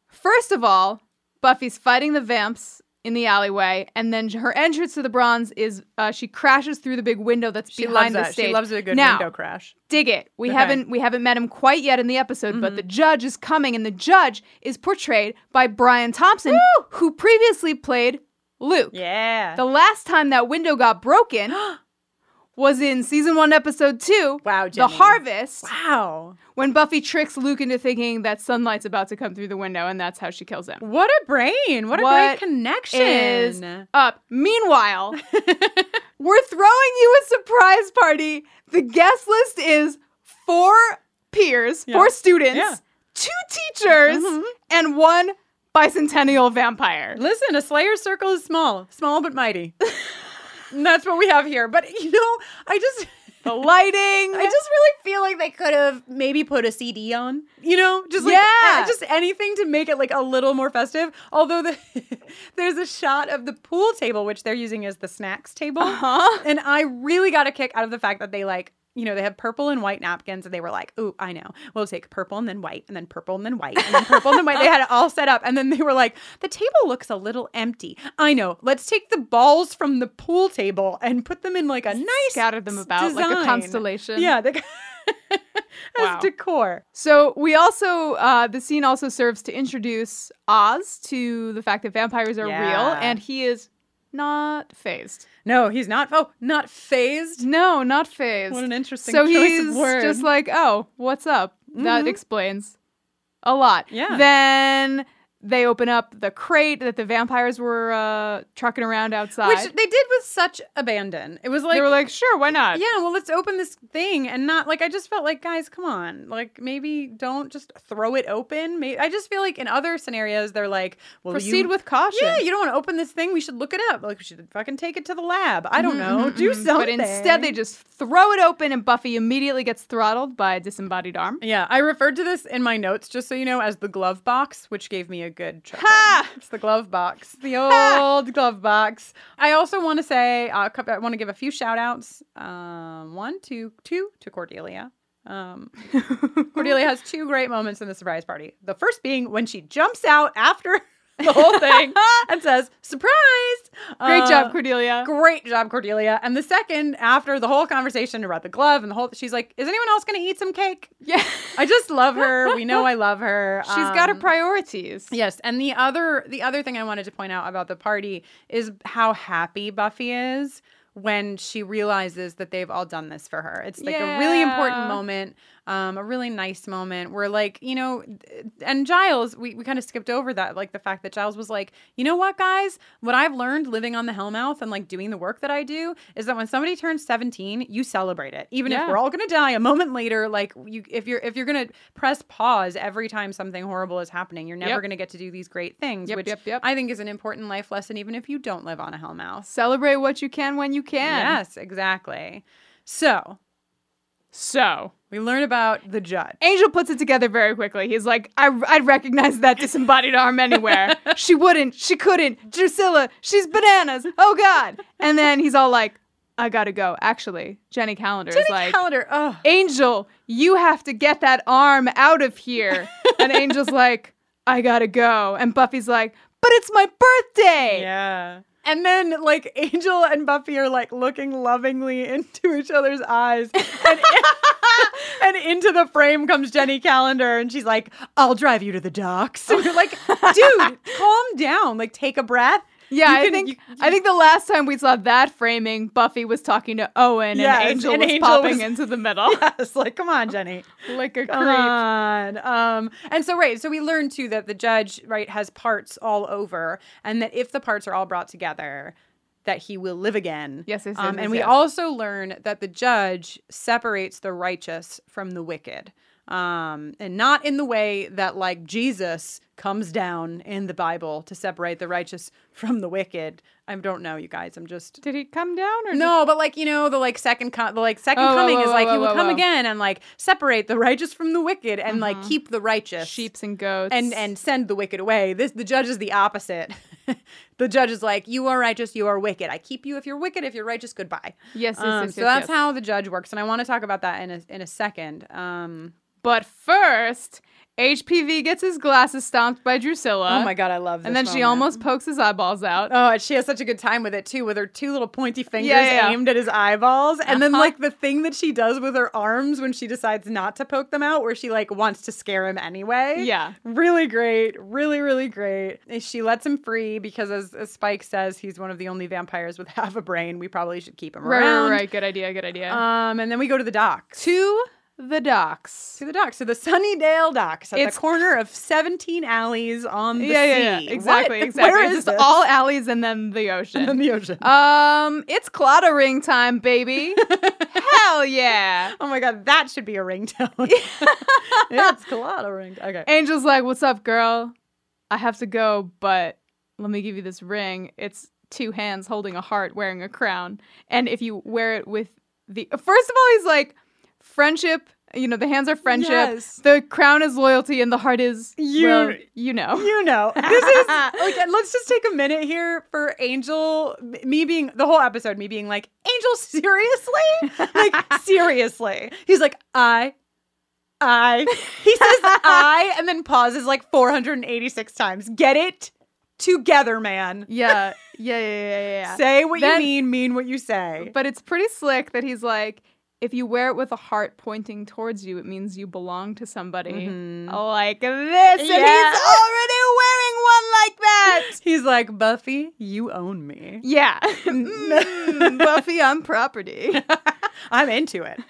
A: First of all, Buffy's fighting the vamps in the alleyway, and then her entrance to the bronze is uh, she crashes through the big window that's
B: She
A: behind
B: loves
A: the
B: that.
A: stage.
B: She loves a good
A: now,
B: window crash.
A: Dig it. We
B: Okay. Mm-hmm.
A: haven't we haven't met him quite yet in the episode, but the judge is coming, and the judge is portrayed by Brian Thompson, who previously played Luke.
B: Yeah.
A: The last time that window got broken was in season one, episode two. Wow,
B: Jenny.
A: The Harvest.
B: Wow.
A: When Buffy tricks Luke into thinking that sunlight's about to come through the window, and that's how she kills him.
B: What a brain. What a great connection.
A: Is up. Meanwhile, we're throwing you a surprise party. The guest list is four peers,
B: Yeah.
A: four students,
B: Yeah.
A: two teachers, and one bicentennial vampire.
B: Listen, a Slayer circle is small, small but mighty. and that's what we have here. But you know, I just
A: the lighting.
B: I just really feel like they could have maybe put a CD on. You know, just like
A: Yeah.
B: uh, just anything to make it like a little more festive. Although the there's a shot of the pool table, which they're using as the snacks table,
A: Uh-huh.
B: and I really got a kick out of the fact that they like. You know, they have purple and white napkins, and they were like, Ooh, I know. We'll take purple and then white, and then purple and then white, and then purple and then white. They had it all set up. And then they were like, The table looks a little empty. I know. Let's take the balls from the pool table and put them in like a nice.
A: Scattered them about like a
B: design.
A: constellation.
B: Yeah, they- as
A: Wow.
B: decor.
A: So we also uh, the scene also serves to introduce Oz to the fact that vampires are real,
B: Yeah.
A: and he is not phased.
B: No, he's not. Oh, not phased.
A: No, not phased.
B: What an interesting
A: so
B: choice
A: he's
B: of word.
A: just like, oh, what's up? That
B: Mhm.
A: explains a lot.
B: Yeah.
A: Then they open up the crate that the vampires were uh, trucking around outside.
B: which they did with such abandon. It was like
A: they were like, sure, why not?
B: yeah, well, let's open this thing and not like I just felt like, guys, come on, like maybe don't just throw it open. Maybe, I just feel like in other scenarios they're like, well,
A: Proceed
B: you-
A: with caution.
B: Yeah, you don't want to open this thing. We should look it up. Like we should fucking take it to the lab. I don't know.
A: Mhm,
B: Do
A: mhm.
B: something.
A: But instead, they just throw it open, and Buffy immediately gets throttled by a disembodied arm.
B: Yeah, I referred to this in my notes, just so you know, as the glove box, which gave me a good chuckle. It's the glove box, the old glove box. I also want to say, uh, cou- I want to give a few shout outs. Um, one, two, two to Cordelia. Um, Cordelia has two great moments in the surprise party. The first being when she jumps out after the whole thing and says, "Surprise!"
A: Great
B: Uh,
A: job, Cordelia.
B: Great job, Cordelia. And the second, after the whole conversation about the glove and the whole, she's like, "Is anyone else going to eat some cake?"
A: Yeah.
B: I just love her. We know I love her.
A: She's got her
B: Um,
A: priorities.
B: Yes, and the other the other thing I wanted to point out about the party is how happy Buffy is when she realizes that they've all done this for her. It's like a really important
A: Yeah.
B: moment, um, a really nice moment where like, you know, and Giles, we, we kind of skipped over that, like the fact that Giles was like, you know what, guys, what I've learned living on the Hellmouth and like doing the work that I do is that when somebody turns 17, you celebrate it. Even
A: Yeah.
B: if we're all gonna die a moment later, like you if you're if you're gonna press pause every time something horrible is happening, you're never
A: Yep.
B: gonna get to do these great things,
A: Yep,
B: which
A: yep, yep.
B: I think is an important life lesson, even if you don't live on a Hellmouth.
A: Celebrate what you can when you can.
B: Yes, exactly. So
A: So
B: we learn about the judge.
A: Angel puts it together very quickly. He's like, I, I'd recognize that disembodied arm anywhere. she wouldn't. She couldn't. Drusilla, she's bananas. Oh, God. And then he's all like, I gotta go. Actually, Jenny Calendar is like,
B: calendar. Oh,
A: Angel, you have to get that arm out of here. and Angel's like, I gotta go. And Buffy's like, but it's my birthday.
B: Yeah. And then like Angel and Buffy are like looking lovingly into each other's eyes. And, and into the frame comes Jenny Calendar and she's like, I'll drive you to the docks. And you're like, dude, calm down. Like take a breath.
A: Yeah,
B: You
A: I
B: can-
A: think
B: you-
A: I think the last time we saw that framing, Buffy was talking to Owen
B: Yes,
A: and Angel
B: and
A: was
B: Angel
A: popping
B: was-
A: into the middle
B: It's like, come on, Jenny.
A: like a
B: Come
A: creep.
B: on. Um, and so, right. So we learned too that the judge, right, has parts all over, and that if the parts are all brought together, that he will live again.
A: Yes, yes, yes.
B: Um,
A: yes,
B: and we
A: yes.
B: also learn that the judge separates the righteous from the wicked. Um, and not in the way that, like, Jesus comes down in the Bible to separate the righteous from the wicked. I don't know, you guys. I'm just.
A: Did he come down or
B: No, but like you know, the like second com- the like second
A: Oh, whoa,
B: coming
A: whoa,
B: is
A: whoa,
B: like he
A: whoa,
B: will
A: whoa,
B: come
A: whoa.
B: again and like separate the righteous from the wicked and
A: Mm-hmm.
B: like keep the righteous
A: sheeps and goats
B: and and send the wicked away. This the judge is the opposite. the judge is like, you are righteous, you are wicked. I keep you if you're wicked, if you're righteous, goodbye.
A: Yes, yes,
B: Um,
A: yes,
B: So
A: yes,
B: that's
A: yes.
B: how the judge works, and I want to talk about that in a in a second. Um,
A: But first, HPV gets his glasses stomped by Drusilla.
B: Oh my God, I love
A: And then
B: this
A: she
B: moment.
A: almost pokes his eyeballs out.
B: Oh, and she has such a good time with it too, with her two little pointy fingers
A: yeah, yeah.
B: aimed at his eyeballs. And then
A: Uh-huh.
B: like the thing that she does with her arms when she decides not to poke them out, where she like wants to scare him anyway.
A: Yeah.
B: Really great. Really, really great. And she lets him free because as, as Spike says, he's one of the only vampires with half a brain. We probably should keep him
A: Right, right,
B: around.
A: right. Good idea, good idea.
B: Um, and then we go to the docks.
A: to the docks.
B: To the docks. So the Sunnydale docks at
A: It's-
B: the corner of 17 alleys on the
A: yeah,
B: sea.
A: yeah, yeah. Exactly,
B: What?
A: exactly.
B: Where
A: it's
B: is
A: just
B: this?
A: all alleys and then the ocean.
B: And then the ocean.
A: um, it's clottering time, baby. Hell yeah.
B: Oh my god, that should be a ringtone. it's Colada ring. Okay.
A: Angel's like, "What's up, girl? I have to go, but let me give you this ring. It's two hands holding a heart, wearing a crown, and if you wear it with the first of all, he's like, friendship. You know, the hands are friendship.
B: Yes.
A: The crown is loyalty, and the heart is
B: You-
A: you. you know.
B: you know, this is like let's just take a minute here for Angel m- me being the whole episode me being like, "Angel, seriously?" like seriously. He's like, "I I." He says "I" and then pauses like 486 times. Get it together, man.
A: yeah, yeah, yeah, yeah, yeah, yeah.
B: Say what
A: Then-
B: you mean, mean what you say.
A: But it's pretty slick that he's like, if you wear it with a heart pointing towards you, it means you belong to somebody. Like this. And
B: Mm-hmm. Yeah.
A: he's already wearing one like that.
B: He's like, "Buffy, you own me."
A: Yeah. Mm, Buffy on property.
B: I'm into it.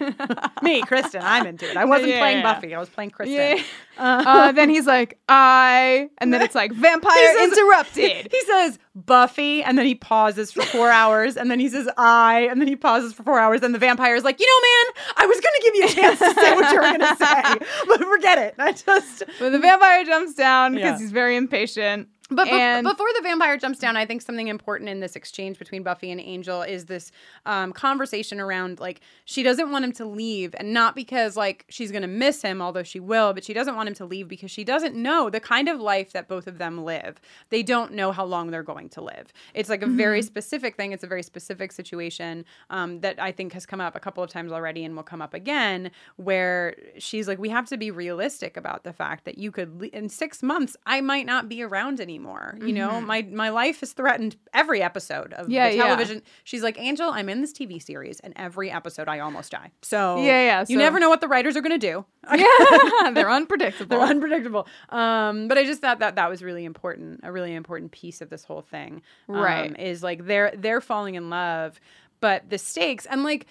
B: Me, Kristen, I'm into it. I wasn't
A: Yeah.
B: playing Buffy. I was playing Kristen.
A: Yeah.
B: Uh-huh.
A: Uh, then he's like, I. And then it's like, vampire
B: He says-
A: interrupted.
B: He says Buffy, and then he pauses for four hours, and then he says I, and then he pauses for four hours, and the vampire is like, you know, man, I was gonna give you a chance to say what you were gonna say, but forget it. I just
A: But the vampire jumps down because
B: Yeah.
A: he's very impatient.
B: But bef-
A: And-
B: before the vampire jumps down, I think something important in this exchange between Buffy and Angel is this um, conversation around like she doesn't want him to leave, and not because like she's gonna miss him, although she will, but she doesn't want him to leave because she doesn't know the kind of life that both of them live. They don't know how long they're going to live. It's like a
A: Mm-hmm.
B: very specific thing. It's a very specific situation um, that I think has come up a couple of times already and will come up again, where she's like, we have to be realistic about the fact that you could le- in six months I might not be around anymore. You know, my my life is threatened every episode of
A: Mm-hmm. Yeah,
B: the
A: yeah.
B: television. She's like, Angel, I'm in this TV series, and every episode I almost die. So
A: Yeah, yeah,
B: you
A: so-
B: never know what the writers are gonna do.
A: Yeah. They're unpredictable.
B: They're unpredictable. Um, but I just thought that that was really important, a really important piece of this whole thing. um,
A: Right.
B: is like they're they're falling in love, but the stakes and like,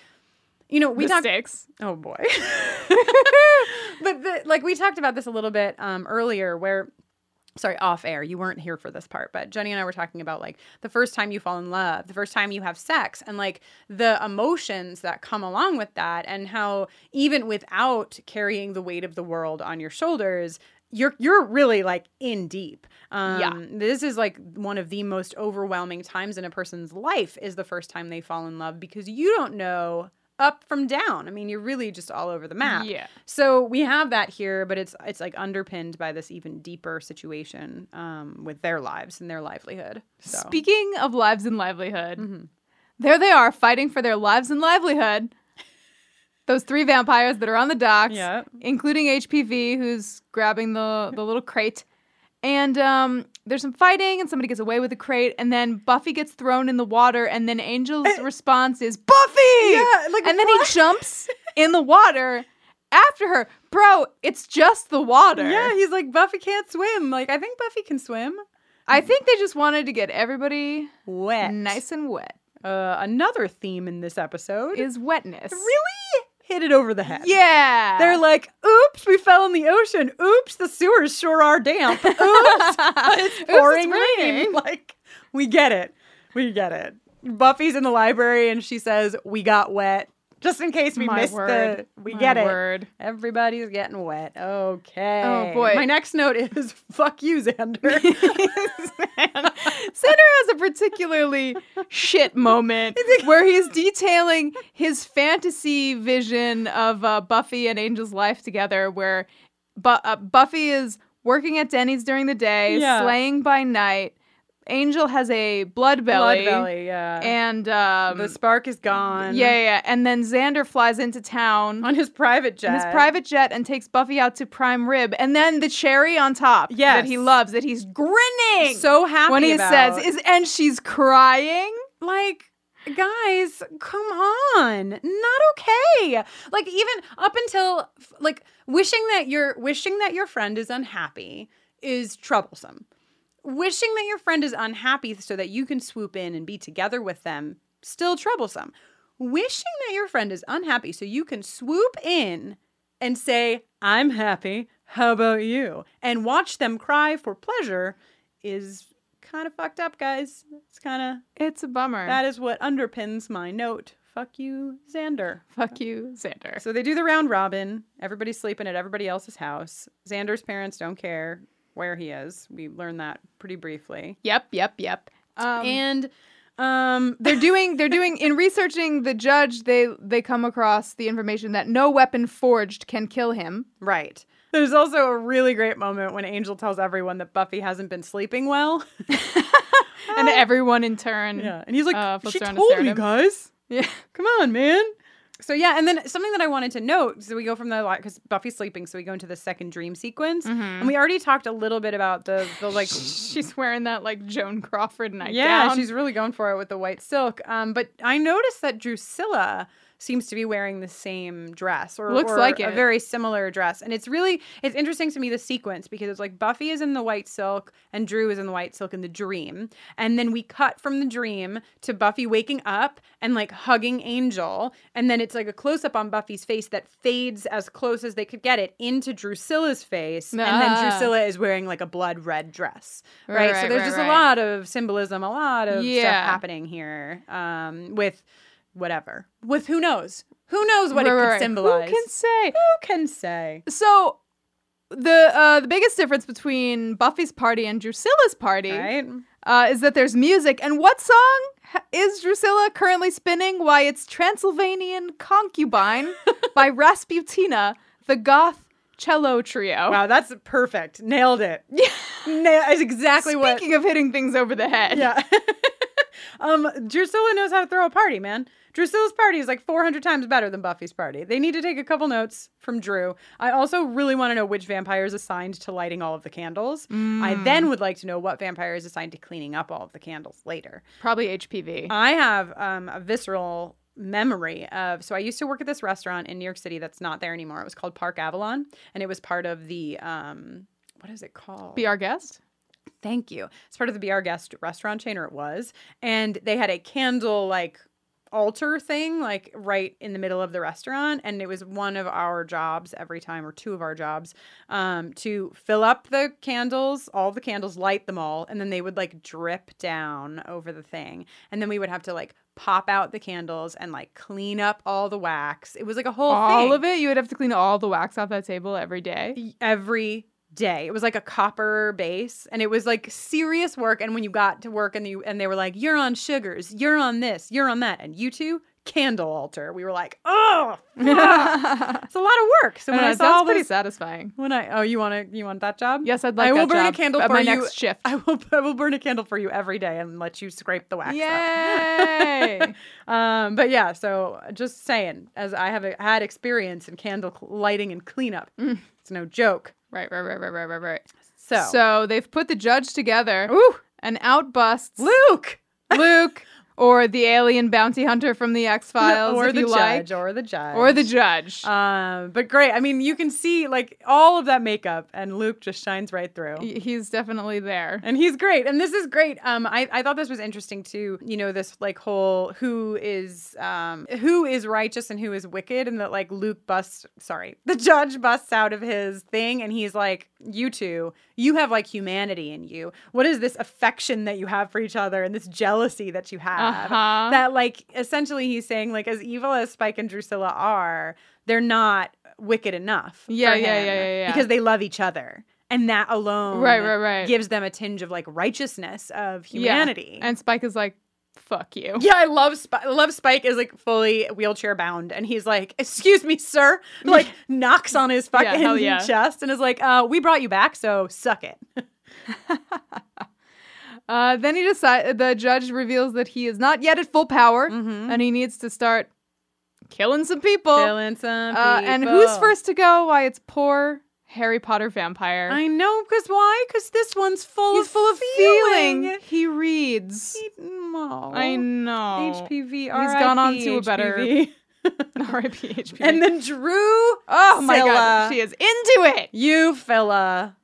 B: you know, we
A: The
B: talked.
A: stakes.
B: Oh boy. but the, like we talked about this a little bit um, earlier, where sorry off air you weren't here for this part but jenny and i were talking about like the first time you fall in love the first time you have sex and like the emotions that come along with that and how even without carrying the weight of the world on your shoulders you're you're really like in deep um
A: Yeah.
B: this is like one of the most overwhelming times in a person's life is the first time they fall in love because you don't know up from down i mean you're really just all over the map
A: Yeah.
B: so we have that here, but it's it's like underpinned by this even deeper situation um, with their lives and their livelihood. So. Mm-hmm.
A: Speaking of lives and livelihood, there they are fighting for their lives and livelihood. Those three vampires that are on the docks,
B: Yep.
A: including HPV, who's grabbing the, the little crate. And um, there's some fighting, and somebody gets away with the crate, and then Buffy gets thrown in the water, and then Angel's response is Buffy,
B: Eh. Yeah, like,
A: and then he jumps in the water after her. Bro, it's just the water.
B: yeah, he's like Buffy can't swim. Like I think Buffy can swim.
A: I think they just wanted to get everybody
B: Wet.
A: nice and wet.
B: Uh, another theme in this episode
A: Is wetness
B: really hit it over the head.
A: Yeah.
B: They're like, oops, we fell in the ocean. Oops, the sewers sure are damp. Oops, it's pouring rain.
A: raining.
B: Like, we get it. We get it. Buffy's in the library and she says, "We got wet." Just in case we
A: My
B: missed
A: word.
B: the, we
A: My
B: get
A: word.
B: it. Everybody's getting wet. Okay.
A: Oh, boy.
B: My next note is "fuck you, Xander."
A: Center has a particularly shit moment where he's detailing his fantasy vision of uh, Buffy and Angel's life together, where Bu- uh, Buffy is working at Denny's during the day,
B: Yeah.
A: slaying by night. Angel has a blood belly.
B: belly, yeah.
A: And um,
B: the spark is gone.
A: Yeah, yeah, yeah. And then Xander flies into town
B: on his private
A: in his
B: jet.
A: private jet and takes Buffy out to prime rib, and then the cherry on top that he
B: Yes.
A: loves that he's grinning,
B: So happy
A: when he
B: about.
A: says is, and she's crying.
B: like guys come on not okay like even up until f- like wishing that your wishing that your friend is unhappy is troublesome wishing that your friend is unhappy so that you can swoop in and be together with them still troublesome wishing that your friend is unhappy so you can swoop in and say i'm happy how about you and watch them cry for pleasure is kind of fucked up guys it's kind of
A: It's a bummer.
B: that is what underpins my note. Fuck you, Xander.
A: Fuck you, Xander.
B: So they do the round robin. Everybody's sleeping at everybody else's house. Xander's parents don't care where he is. We learned that pretty briefly.
A: Yep, yep, yep. Um,
B: and um,
A: they're doing they're doing in researching the judge. They they come across the information that no weapon forged can kill him.
B: Right. There's also a really great moment when Angel tells everyone that Buffy hasn't been sleeping well.
A: and everyone in turn.
B: Yeah, Mm-hmm. and he's like,
A: uh, flips
B: "She
A: around and
B: told
A: stared at
B: me,
A: him.
B: guys.
A: Yeah,
B: come on, man." So yeah, and then something that I wanted to note. So we go from the lot because Buffy's sleeping, so we go into the second dream sequence, and we already talked a little bit about the the like.
A: She's wearing that like Joan Crawford nightgown.
B: yeah, she's really going for it with the white silk. Um, but I noticed that Drusilla seems to be wearing the same dress or
A: Looks
B: or
A: like
B: a
A: it.
B: very similar dress and it's really it's interesting to me the sequence because it's like buffy is in the white silk and drew is in the white silk in the dream and then we cut from the dream to buffy waking up and like hugging angel and then it's like a close-up on buffy's face that fades as close as they could get it into drusilla's face and
A: Ah.
B: then drusilla is wearing like a blood red dress
A: Right,
B: right,
A: right,
B: so there's
A: right,
B: just
A: right.
B: a lot of symbolism a lot of
A: Yeah.
B: stuff happening here um, with whatever with who knows who knows what it could symbolize
A: Who can say?
B: who can say?
A: So the uh, the biggest difference between Buffy's party and Drusilla's party
B: Right?
A: uh, is that there's music. And what song ha- is Drusilla currently spinning? Why, it's Transylvanian Concubine by Rasputina, the goth cello trio.
B: Wow, that's perfect. Nailed it. Yeah. is exactly what
A: Speaking of hitting things over the head.
B: Yeah. um Drusilla knows how to throw a party, man. Drusilla's party is like 400 times better than Buffy's party. They need to take a couple notes from Drew. I also really want to know which vampire is assigned to lighting all of the candles. I then would like to know what vampire is assigned to cleaning up all of the candles later.
A: Probably HPV.
B: I have um, a visceral memory of so I used to work at this restaurant in New York City that's not there anymore. It was called Park Avalon, and it was part of the um, what is it called?
A: Be our guest.
B: Thank you. It's part of the BR Guest restaurant chain, or it was. And they had a candle like altar thing, like right in the middle of the restaurant. And it was one of our jobs every time, or two of our jobs, um, to fill up the candles, all the candles, light them all, and then they would like drip down over the thing. And then we would have to like pop out the candles and like clean up all the wax. It was like a whole
A: All
B: thing
A: of it. You would have to clean all the wax off that table every day.
B: every day. It was like a copper base and it was like serious work and when you got to work and you and they were like you're on sugars, you're on this, you're on that and you two candle altar. We were like, "Oh, fuck." it's a lot of work." So when
A: And
B: I,
A: that
B: saw all
A: sounds pretty
B: this-
A: satisfying.
B: when I oh you want to you want that job?
A: Yes, I'd like
B: I will
A: that
B: burn
A: job
B: a candle
A: at
B: for
A: my
B: you.
A: next shift.
B: I will I will burn a candle for you every day and let you scrape the wax
A: Yay!
B: up. Um but yeah, so just saying as I have uh, had experience in candle lighting and cleanup.
A: Mm.
B: It's no joke.
A: Right, right, right, right, right, right, right.
B: So
A: they've put the judge together.
B: Ooh.
A: And out busts
B: Luke
A: Luke or the alien bounty hunter from the X Files,
B: or
A: if
B: the
A: you
B: judge,
A: like,
B: or the judge,
A: or the judge.
B: Um, but great. I mean, you can see like all of that makeup, and Luke just shines right through.
A: He- He's definitely there.
B: And he's great. And this is great. Um, I, I thought this was interesting too. You know, this like whole who is um who is righteous and who is wicked, and that like Luke busts sorry, the judge busts out of his thing and he's like, You two, you have like humanity in you. What is this affection that you have for each other and this jealousy that you have? Uh-huh. That like essentially he's saying like as evil as Spike and Drusilla are, they're not wicked enough.
A: Yeah,
B: for
A: yeah,
B: him
A: yeah, yeah, yeah.
B: Because they love each other. And that alone
A: Right, right, right.
B: gives them a tinge of like righteousness of
A: Yeah.
B: humanity.
A: And Spike is like, fuck you.
B: Yeah, I love Spike. Love Spike is like fully wheelchair bound, and he's like, "Excuse me, sir," like knocks on his
A: Yeah,
B: fucking
A: hell yeah.
B: chest, and is like, uh, "We brought you back, so suck it."
A: Uh, then he decides. The judge reveals that he is not yet at full power, and he needs to start killing some people.
B: Mm-hmm. Killing some
A: Uh, and who's
B: people.
A: first to go? Why it's poor Harry Potter vampire.
B: I know, cause why? Cause this one's full
A: He's
B: of
A: full of
B: feeling.
A: feeling. He reads.
B: No.
A: I know.
B: HPV.
A: He's
B: RIP,
A: gone on to a better.
B: HPV.
A: R.I.P. HPV.
B: And then Drew. Oh
A: Oh my god, she is into it.
B: You fella.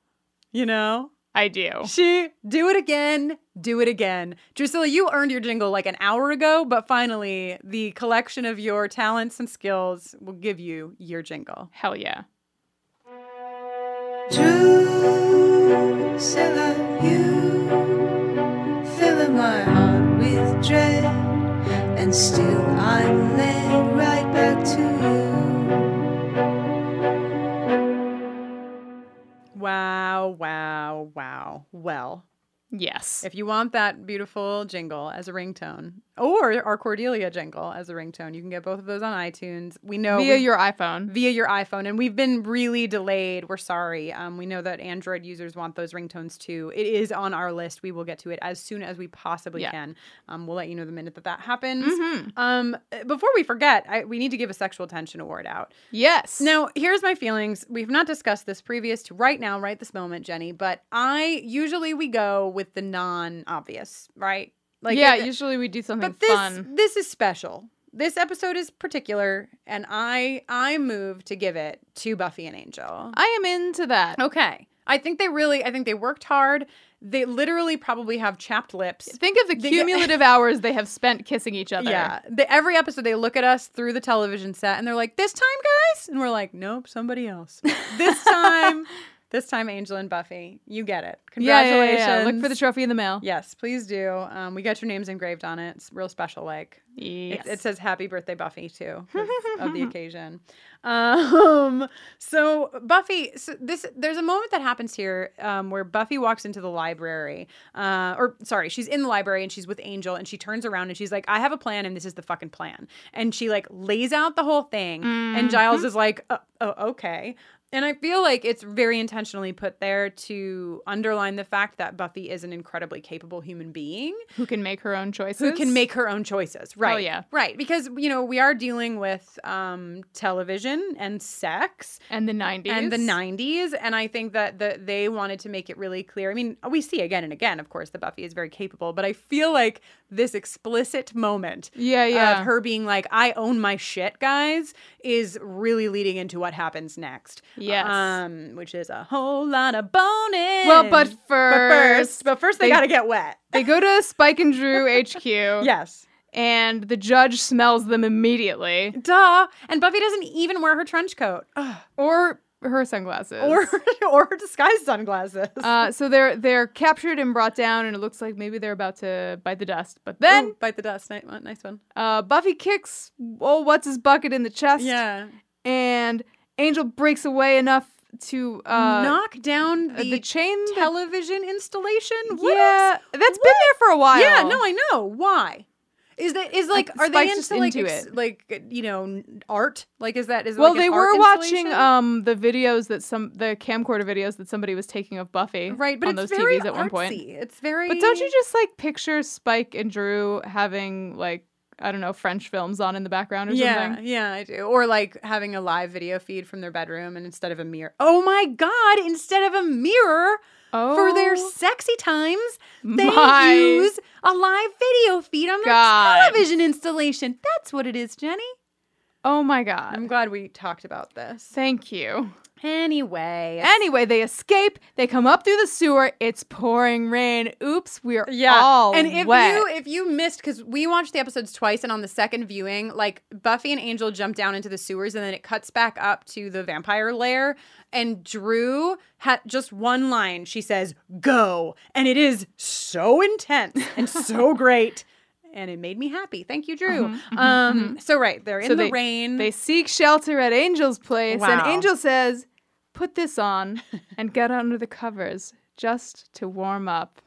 B: You know.
A: I do.
B: She do it again, do it again. Drusilla, you earned your jingle like an hour ago, but finally, the collection of your talents and skills will give you your jingle.
A: Hell yeah.
J: Drusilla, you fill my heart with dread, and still I'm led right back to you.
B: Wow, wow, wow. Well,
A: yes.
B: If you want that beautiful jingle as a ringtone or our Cordelia jingle as a ringtone, you can get both of those on iTunes. We know
A: Via
B: we-
A: your iPhone.
B: Via your iPhone. And we've been really delayed. We're sorry. Um, we know that Android users want those ringtones too. It is on our list. We will get to it as soon as we possibly
A: Yeah. Mm-hmm.
B: can. Um, we'll let you know the minute that that happens. Um, uh, before we forget, I, we need to give a sexual tension award out.
A: Yes.
B: Now, here's my feelings. We've not discussed this previous to right now, right
A: Mm-hmm.
B: this moment, Jenny, but I usually we go with the non obvious, right?
A: yeah,
B: it-
A: usually we do something
B: but this
A: fun.
B: this is special. This episode is particular, and I I move to give it to Buffy and Angel.
A: I am into that.
B: Okay. I think they really I think they worked hard. They literally probably have chapped lips.
A: Think of the
B: They-
A: cumulative hours they have spent kissing each other.
B: Yeah. They, every episode they look at us through the television set and they're like, "This time, guys?" And we're like, "Nope, somebody else." this time, this time Angel and Buffy. You get it.
A: Yeah, yeah, yeah,
B: Congratulations.
A: yeah. Look for the trophy in the mail.
B: Yes, please do. Um, we got your names engraved on it. It's real special. Like,
A: Yes.
B: it, it says "Happy Birthday, Buffy" too 'cause of the occasion. Um, so Buffy, so this there's a moment that happens here um, where Buffy walks into the library, uh, or sorry, she's in the library and she's with Angel, and she turns around and she's like, "I have a plan, and this is the fucking plan," and she like lays out the whole thing, and Giles is like, "Oh, oh okay." And I feel like it's very intentionally put there to underline the fact that Buffy is an incredibly capable human being
A: Who can make her own choices?
B: who can make her own choices. Right.
A: Oh, yeah.
B: Right. Because, you know, we are dealing with um, television and sex
A: and the 90s.
B: and the 90s. And I think that the, they wanted to make it really clear. I mean, we see again and again, of course, that Buffy is very capable, but I feel like this explicit moment
A: Yeah, yeah.
B: of her being like, I own my shit, guys, is really leading into what happens next.
A: Yes.
B: Um, which is a whole lot of boning.
A: Well, but first,
B: But first, but first they, gotta get wet.
A: they Oh. go to Spike and Drew HQ. Yes. And the judge smells them immediately.
B: Duh. And Buffy doesn't even wear her trench coat.
A: Or her sunglasses.
B: Or or her disguised sunglasses.
A: Uh, so they're they're captured and brought down, and it looks like maybe they're about to bite the dust. But then
B: Ooh, bite the dust. Nice one. Nice one.
A: uh, Buffy kicks oh what's his bucket in the chest.
B: Yeah.
A: And Angel breaks away enough to uh,
B: Knock down
A: uh,
B: the,
A: chain. that-
B: television installation.
A: yeah,
B: that
A: that's been there for a while.
B: Yeah. No, I know why. Is that is like
A: Like,
B: are they
A: Spike's
B: into,
A: just
B: like
A: into
B: ex- like you know n- art? Like is that is it
A: well,
B: like an
A: they
B: art
A: were watching
B: installation?
A: um the videos that some the camcorder videos that somebody was taking of Buffy
B: right, but
A: um, on
B: it's
A: those
B: very
A: TVs at one point.
B: artsy. It's very
A: But don't you just like picture Spike and Drew having like I don't know French films on in the background or
B: yeah,
A: something?
B: Yeah, I do. Or like having a live video feed from their bedroom and instead of a mirror. Oh my god, instead of a mirror for their
A: Oh.
B: sexy times, they
A: My.
B: use a live video feed on their
A: God.
B: television installation. That's what it is, Jenny.
A: Oh my god.
B: I'm glad we talked about this.
A: Thank you.
B: Anyway.
A: Anyway, they escape. They come up through the sewer. It's pouring rain. Oops, we're all
B: and if
A: wet.
B: you if you missed because we watched the episodes twice and on the second viewing like buffy and angel jump down into the sewers and then it cuts back up to the vampire lair and drew had just one line she says go and it is so intense and so great and it made me happy. Thank you, Drew. Um, So right, they're in
A: Mm-hmm. So
B: the
A: they-
B: rain.
A: They seek shelter at Angel's place, and
B: Wow.
A: Angel says, "Put this on and get under the covers just to warm up."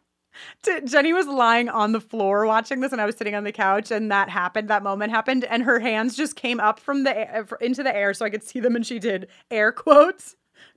B: T- Jenny was lying on the floor watching this, and I was sitting on the couch, and that happened. That moment happened, and her hands just came up from the air, f- into the air, so I could see them, and she did air quotes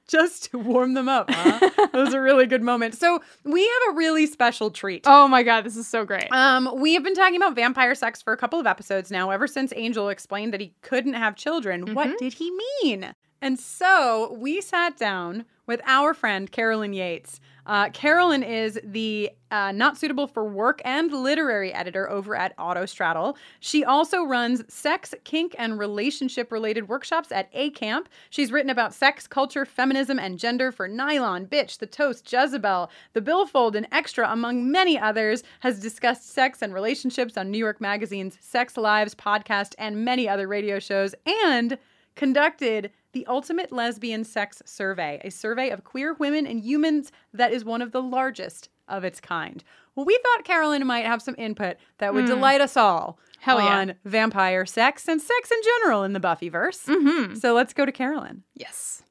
B: just to warm them up. it was a really good moment. So we have a really special treat.
A: Oh my god, this is so great.
B: Um, we have been talking about vampire sex for a couple of episodes now. Ever since Angel explained that he couldn't have children, what did he mean? And so we sat down with our friend Carolyn Yates. Uh, Carolyn is the uh, not suitable for work and literary editor over at Autostraddle. She also runs sex, kink, and relationship related workshops at A Camp. She's written about sex, culture, feminism, and gender for Nylon, Bitch, The Toast, Jezebel, The Billfold, and Extra, among many others, has discussed sex and relationships on New York Magazine's Sex Lives podcast and many other radio shows, and conducted the Ultimate Lesbian Sex Survey, a survey of queer women and humans that is one of the largest of its kind. Well, we thought Carolyn might have some input that would
A: Hmm.
B: delight us all
A: Hell yeah.
B: on vampire sex and sex in general in the Buffyverse. Mm-hmm. So let's go to Carolyn.
A: Yes.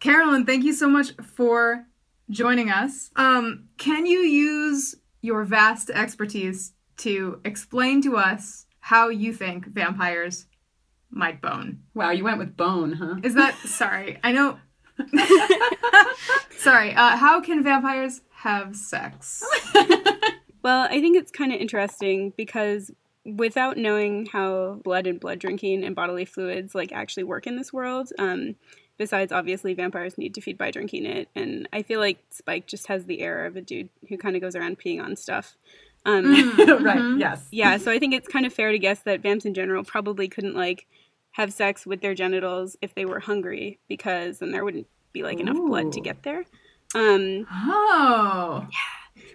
A: Carolyn, thank you so much for joining us. Um, can you use your vast expertise to explain to us how you think vampires might bone?
B: Wow, you went with bone,
K: Mm-hmm.
B: huh?
A: Is that sorry? I know. sorry. Uh, how can vampires have sex?
K: Well, Uh, I think it's kind of interesting because without knowing how blood and blood drinking and bodily fluids like actually work in this world, um, besides obviously vampires need to feed by drinking it, and I feel like Spike just has the air of a dude who kind of goes around peeing on stuff. Um,
B: right. Yes.
K: yeah, so I think it's kind of fair to guess that vamps in general probably couldn't like have sex with their genitals if they were hungry because then there wouldn't be like enough blood to
B: Ooh.
K: get there. Um,
B: Oh.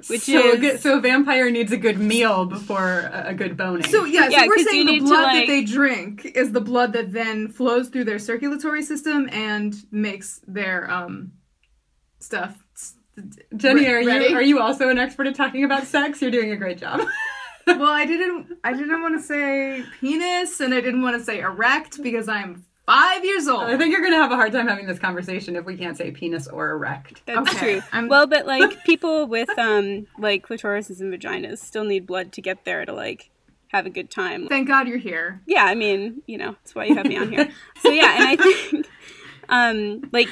K: Which
B: so
K: is-
B: good, so a vampire needs a good meal before a a good boning.
A: So yeah, so we're
K: 'cause you
A: saying the
K: need to,
A: blood that
K: like-
A: they drink is the blood that then flows through their circulatory system and makes their um stuff.
B: Jenny, are
A: Ready?
B: you are you also an expert at talking about sex? You're doing a great job.
A: well, I didn't I didn't want to say penis and I didn't want to say erect because I'm 5 years old.
B: I think you're gonna have a hard time having this conversation if we can't say penis or erect.
K: That's true. Well, but like people with um like clitorises and vaginas still need blood to get there to like have a good time.
A: Thank God you're here.
K: Yeah, I mean, you know, that's why you have me on here. So yeah, and I think um like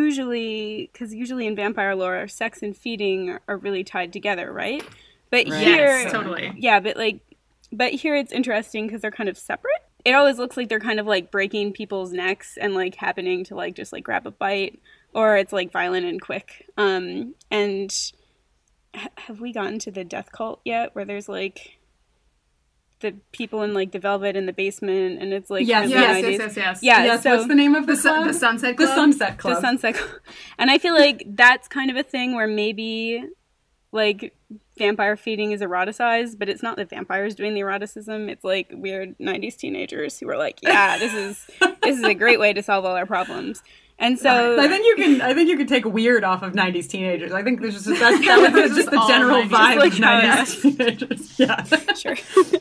K: usually cuz usually in vampire lore sex and feeding are, are really tied together, right? But
A: Right.
K: here
A: Yes, totally.
K: Yeah, but like but here it's interesting cuz they're kind of separate. It always looks like they're kind of like breaking people's necks and like happening to like just like grab a bite or it's like violent and quick. Um and ha- have we gotten to the death cult yet where there's like the people in like the velvet in the basement and it's like
A: Yes,
K: kind of
A: yes,
K: the
A: yes,
K: 90s.
A: yes, yes.
K: yeah
A: Yes,
K: so
A: what's the name of the The sun- club? the Sunset Club?
K: the
A: Sunset Club.
K: the sunset Club. and i feel like that's kind of a thing where maybe like vampire feeding is eroticized but it's not the vampires doing the eroticism it's like weird 90s teenagers who are like yeah this is this is a great way to solve all our problems and so
B: I think you can. I think you can take weird off of '90s teenagers. I think there's just that, that was just the
K: all
B: general
K: 90s.
B: vibe
K: Like
B: of
K: how it
B: '90s teenagers. Yeah,
K: sure.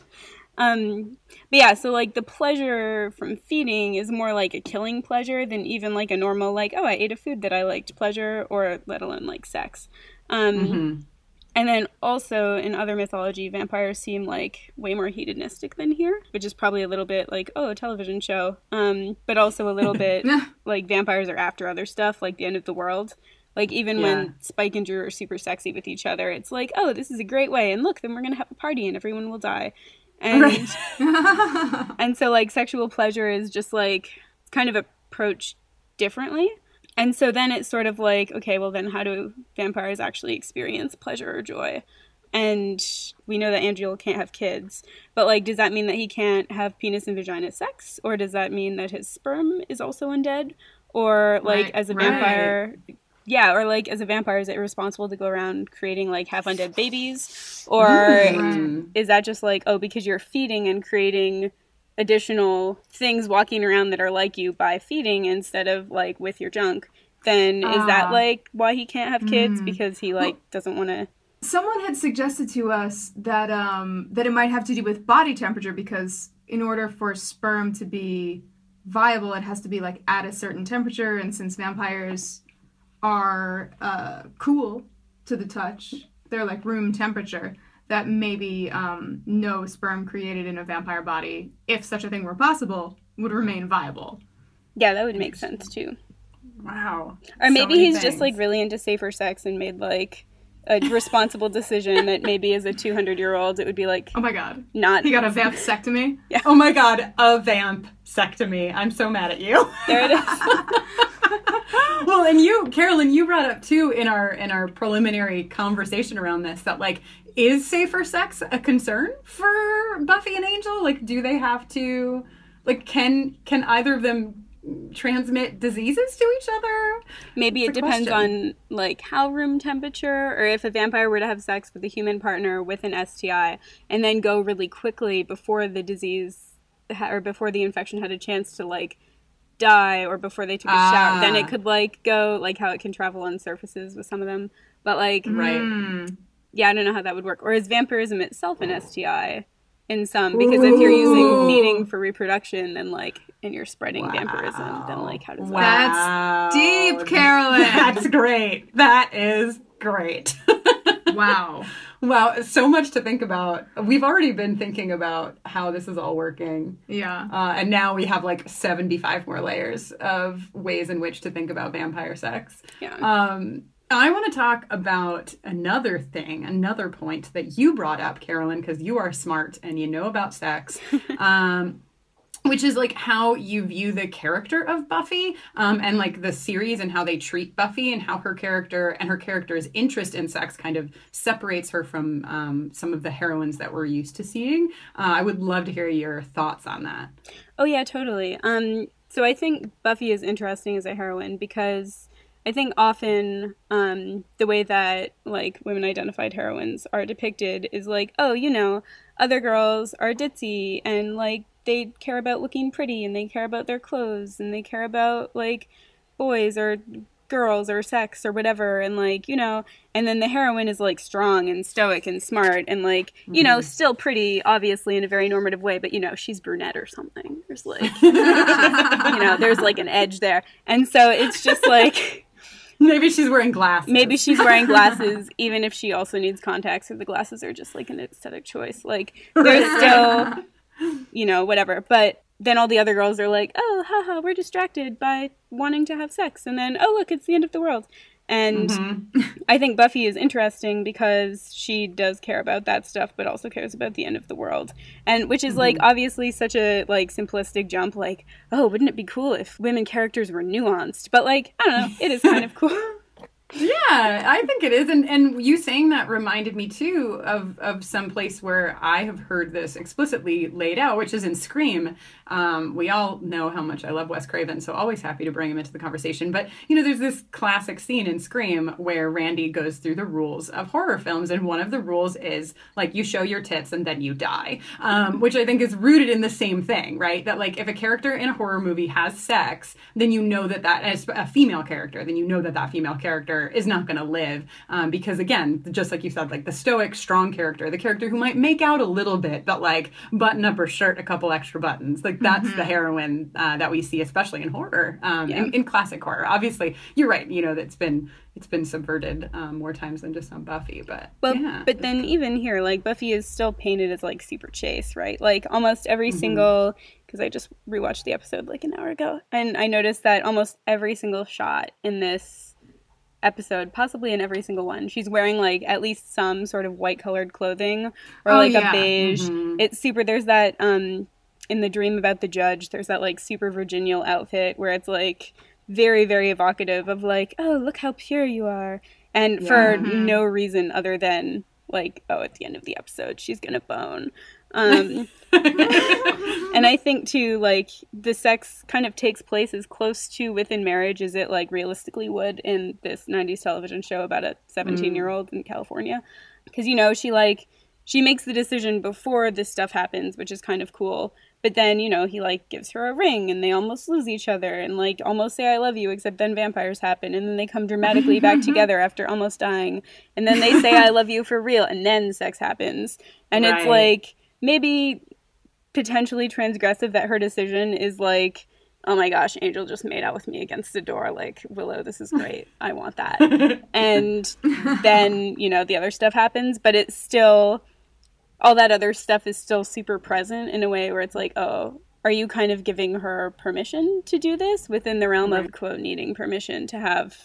K: um, but yeah, so like the pleasure from feeding is more like a killing pleasure than even like a normal like oh I ate a food that I liked pleasure or let alone like sex. Um,
B: Mhm.
K: And then also in other mythology, vampires seem like way more hedonistic than here, which is probably a little bit like oh a television show, um, but also a little bit like vampires are after other stuff like the end of the world. Like even
B: Yeah.
K: when Spike and Drew are super sexy with each other, it's like, oh, this is a great way, and look, then we're gonna have a party and everyone will die, and and so like sexual pleasure is just like kind of approached differently, and so then it's sort of like, okay, well then how do vampires actually experience pleasure or joy? And we know that Andriel can't have kids, but like, does that mean that he can't have penis and vagina sex, or does that mean that his sperm is also undead, or like
B: Right,
K: as a
B: right.
K: vampire? Yeah, or like as a vampire, is it responsible to go around creating like half undead babies? Or
B: Mm.
K: is that just like, oh, because you're feeding and creating additional things walking around that are like you by feeding instead of like with your junk? then is that
A: Ah.
K: like why he can't have kids?
A: Mm.
K: Because he like doesn't want to.
A: Someone had suggested to us that um, that it might have to do with body temperature because in order for sperm to be viable, it has to be like at a certain temperature, and since vampires are uh, cool to the touch, they're like room temperature. That maybe um, no sperm created in a vampire body, if such a thing were possible, would remain viable.
K: Yeah, that would make sense too.
A: Wow.
K: Or maybe he's just like really into safer sex and made like a responsible decision that maybe as a 200 year old it would be like,
A: oh my god,
K: not
A: He got a vampsectomy.
K: yeah.
B: Oh my god, a vamp sectomy. I'm so mad at you.
K: There it
B: is. well, and you, Carolyn, you brought up too in our in our preliminary conversation around this that like is safer sex a concern for Buffy and Angel? Like do they have to like can can either of them transmit diseases to each other?
K: Maybe it
B: It's a
K: depends
B: question.
K: on like how room temperature, or if a vampire were to have sex with a human partner with an STI, and then go really quickly before the disease ha- or before the infection had a chance to like die, or before they took a shower. Then
B: Ah.
K: it could like go like how it can travel on surfaces with some of them, but like Hmm.
B: Right.
K: Yeah, I don't know how that would work. Or is vampirism itself an STI in some? Because if you're using
B: Ooh.
K: mating for reproduction, then like and you're spreading vampirism, then like how does that
A: That's deep, Carolyn.
B: That's great. That is great.
A: wow.
B: Wow, so much to think about. We've already been thinking about how this is all working.
A: Yeah.
B: Uh, and now we have like 75 more layers of ways in which to think about vampire sex.
K: Yeah.
B: Um, I want to talk about another thing, another point that you brought up, Carolyn, because you are smart and you know about sex. um, which is like how you view the character of Buffy um, and like the series and how they treat Buffy and how her character and her character's interest in sex kind of separates her from um, some of the heroines that we're used to seeing. Uh, I would love to hear your thoughts on that.
K: Oh yeah, totally. Um, so I think Buffy is interesting as a heroine because I think often um, the way that like women identified heroines are depicted is like, oh, you know, other girls are ditzy and like they care about looking pretty and they care about their clothes and they care about like boys or girls or sex or whatever and like you know and then the heroine is like strong and stoic and smart and like you know
B: Mhm.
K: still pretty obviously in a very normative way but you know she's brunette or something there's like you know there's like an edge there and so it's just like
B: maybe she's wearing glasses
K: maybe she's wearing glasses even if she also needs contacts or the glasses are just like an aesthetic choice like there's
B: Right.
K: still you know, whatever. But then all the other girls are like, oh, haha, we're distracted by wanting to have sex. And then, oh, look, it's the end of the world. And I think Buffy is interesting because she does care about that stuff, but also cares about the end of the world. And which is like
F: Mhm.
K: obviously such a like simplistic jump, like, oh, wouldn't it be cool if women characters were nuanced? But like, I don't know, it is kind of cool.
B: Yeah, I think it is, and and you saying that reminded me too of of some place where I have heard this explicitly laid out, which is in Scream. Um, we all know how much I love Wes Craven, so always happy to bring him into the conversation. But you know, there's this classic scene in Scream where Randy goes through the rules of horror films, and one of the rules is like you show your tits and then you die, um, which I think is rooted in the same thing, right? That like if a character in a horror movie has sex, then you know that that as a female character, then you know that that female character is not going to live um, because again, just like you said, like the stoic, strong character, the character who might make out a little bit, but like button up her shirt a couple extra buttons, like that's
K: Mm-hmm.
B: the heroine uh, that we see, especially in horror, um, in, in classic horror. Obviously, you're right. You know that's been it's been subverted um, more times than just on Buffy, but
K: Well,
B: yeah.
K: but then even here, like Buffy is still painted as like super chase, right? Like almost every single because I just rewatched the episode like an hour ago, and I noticed that almost every single shot in this episode, possibly in every single one, she's wearing like at least some sort of white colored clothing or
B: Oh,
K: like
B: yeah.
K: a beige. It's super. There's that um in the dream about the judge. There's that like super virginial outfit where it's like very very evocative of like oh look how pure you are and for
B: Yeah. Mhm.
K: no reason other than like oh at the end of the episode she's gonna bone um and i think too like the sex kind of takes place as close to within marriage as it like realistically would in this 90s television show about a 17 year old in california because you know she like she makes the decision before this stuff happens which is kind of cool But then, you know, he like gives her a ring and they almost lose each other and like almost say I love you, except then vampires happen and then they come dramatically back together after almost dying. And then they say I love you for real and then sex happens. And it's
L: Right.
K: like maybe potentially transgressive that her decision is like Oh my gosh, Angel just made out with me against the door. Like, Willow, this is great. I want that. and then, you know, the other stuff happens, but it's still all that other stuff is still super present in a way where it's like, oh, are you kind of giving her permission to do this within the realm of
L: Right.
K: quote needing permission to have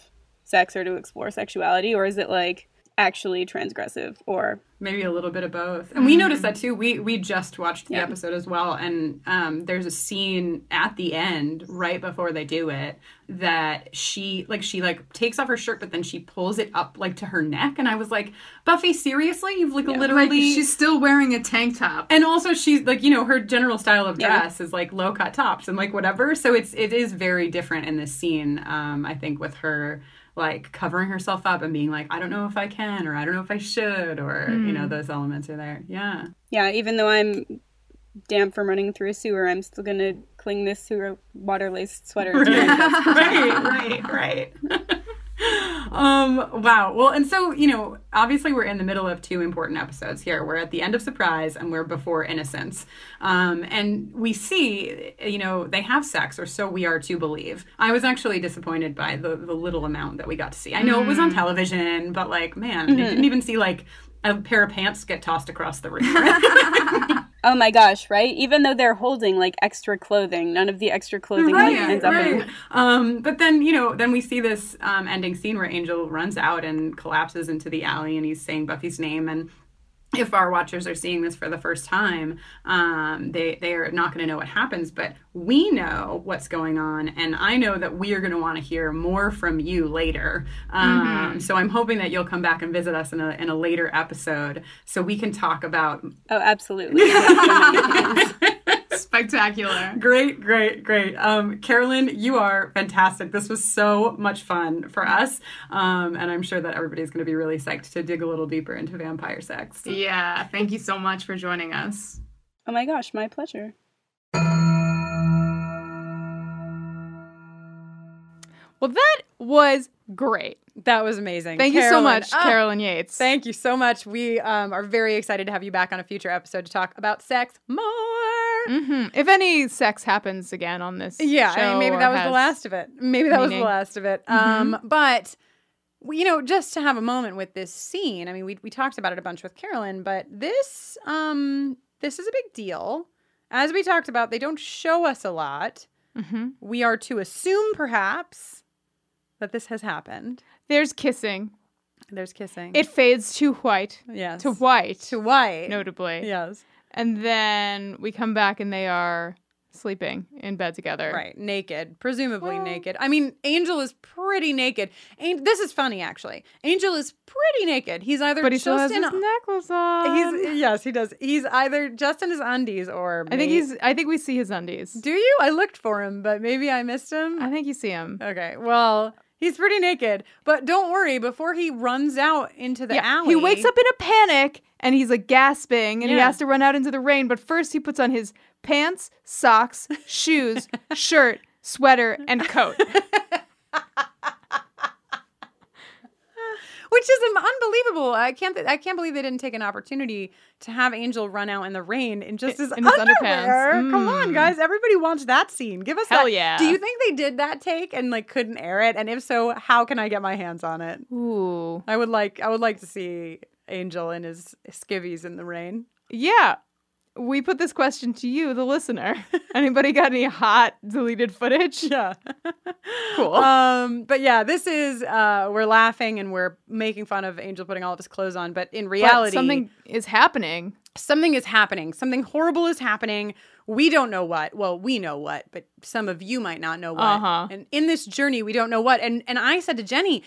K: sex or to explore sexuality, or is it like actually transgressive or
B: maybe a little bit of both?
A: Mm-hmm,
B: And we noticed that too. We we just watched the episode as well, and um, there's a scene at the end, right before they do it, that she like she like takes off her shirt, but then she pulls it up like to her neck, and I was like, Buffy, seriously, you've like literally
A: Like, she's still wearing a tank top.
B: and also she's like you know her general style of
A: Yeah.
B: dress is like low cut tops and like whatever so it's it is very different in this scene um i think with her like covering herself up and being like i don't know if i can or i don't know if i should or you know
K: Hmm.
B: those elements are there yeah
K: Yeah, even though I'm damp from running through a sewer, I'm still gonna cling this sewer water laced sweater. to my chest.
B: right right right um wow well and so you know obviously we're in the middle of two important episodes here we're at the end of surprise and we're before innocence um and we see you know they have sex or so we are to believe i was actually disappointed by the the little amount that we got to see i know it was on
L: Mm.
B: television but like man
K: Mhm.
B: i didn't even see like a pair of pants get tossed across the room
K: Oh my gosh, right? Even though they're holding like extra clothing, none of the extra clothing like, ends up in
B: Um, but then you know, then we see this um, ending scene where Angel runs out and collapses into the alley, and he's saying Buffy's name. And if our watchers are seeing this for the first time, um, they they are not going to know what happens. But we know what's going on, and I know that we are going to want to hear more from you later. Um,
K: Mhm.
B: So I'm hoping that you'll come back and visit us in a in a later episode, so we can talk about
K: Oh, absolutely.
B: Spectacular. Great, great, great. Um, Carolyn, you are fantastic. This was so much fun for us. Um, and I'm sure that everybody's going to be really psyched to dig a little deeper into vampire sex.
A: Yeah, thank you so much for joining us.
K: Oh my gosh, my pleasure.
A: Well, that was great.
B: That was amazing.
A: Thank you so much, Oh. Carolyn. Yates.
B: Oh. Thank you so much. We um, are very excited to have you back on a future episode to talk about sex more.
A: hmm If any sex happens again on this,
B: Yeah, I
A: show
B: mean, maybe
A: or
B: that was the
A: has
B: last of it. Maybe that was
A: meaning. Mm-hmm.
B: the last of it. Um, but we- you know, just to have a moment with this scene. I mean, we we talked about it a bunch with Carolyn, but this um this is a big deal. As we talked about, they don't show us a lot.
A: Mm-hmm.
B: We are to assume, perhaps, that this has happened.
A: There's kissing.
B: There's kissing.
A: It fades to white.
B: Yes.
A: To white.
B: To white.
A: Notably.
B: Yes.
A: And then we come back and they are sleeping in bed together.
B: Right, naked, presumably naked. I mean, Angel is pretty naked. An- this is funny, actually. Angel is pretty naked. He's either
A: But he
B: just
A: still has
B: in
A: his
B: a-
A: necklace on.
B: He's yes, he does. He's either just in his undies or
A: I think
B: may-
A: he's. I think we see his undies.
B: Do you? I looked for him, but maybe I missed him.
A: I think you see him.
B: Okay. Well, he's pretty naked. But don't worry, before he runs out into the
A: Yeah,
B: alley,
A: He wakes up in a panic and he's like gasping and he
B: Yeah.
A: has to run out into the rain. But first, he puts on his pants, socks, shoes, shirt, sweater, and coat.
B: which is um, unbelievable. I can't. I can't believe they didn't take an opportunity to have Angel run out in the rain in just his,
A: in his underpants.
B: underwear. Come on,
A: Mm.
B: guys! Everybody watch that scene. Give us
A: Hell
B: that.
A: yeah.
B: Do you think they did that take and like couldn't air it? And if so, how can I get my hands on it?
A: Ooh.
B: I would like. I would like to see Angel in his skivvies in the rain.
A: Yeah. We put this question to you, the listener. Anybody got any hot deleted footage?
B: Yeah.
A: Cool.
B: Um, but yeah, this is uh, we're laughing and we're making fun of Angel putting all of his clothes on, but in reality,
A: something is happening.
B: Something is happening. Something horrible is happening. We don't know what. Well, we know what, but some of you might not know what.
A: Uh-huh.
B: And in this journey, we don't know what. And and I said to Jenny.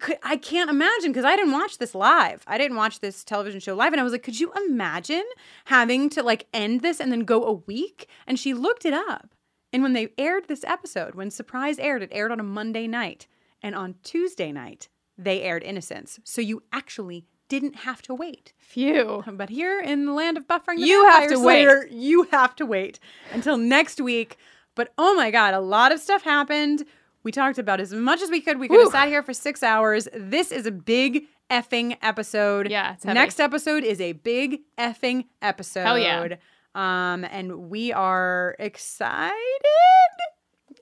B: "Could- I can't imagine because I didn't watch this live. I didn't watch this television show live. And I was like, could you imagine having to like end this and then go a week? And she looked it up. And when they aired this episode, when Surprise aired, it aired on a Monday night. And on Tuesday night, they aired Innocence. So you actually didn't have to wait.
A: Phew.
B: But here in the land of buffering, the
A: You have
B: Vampire
A: to wait.
B: Slayer, You have to wait until next week. But oh my God, a lot of stuff happened. We talked about as much as we could. We could have
A: Whew.
B: sat here for six hours. This is a big effing episode. Yeah,
A: heavy.
B: next episode is a big effing episode.
A: Hell yeah.
B: Um, and we are excited.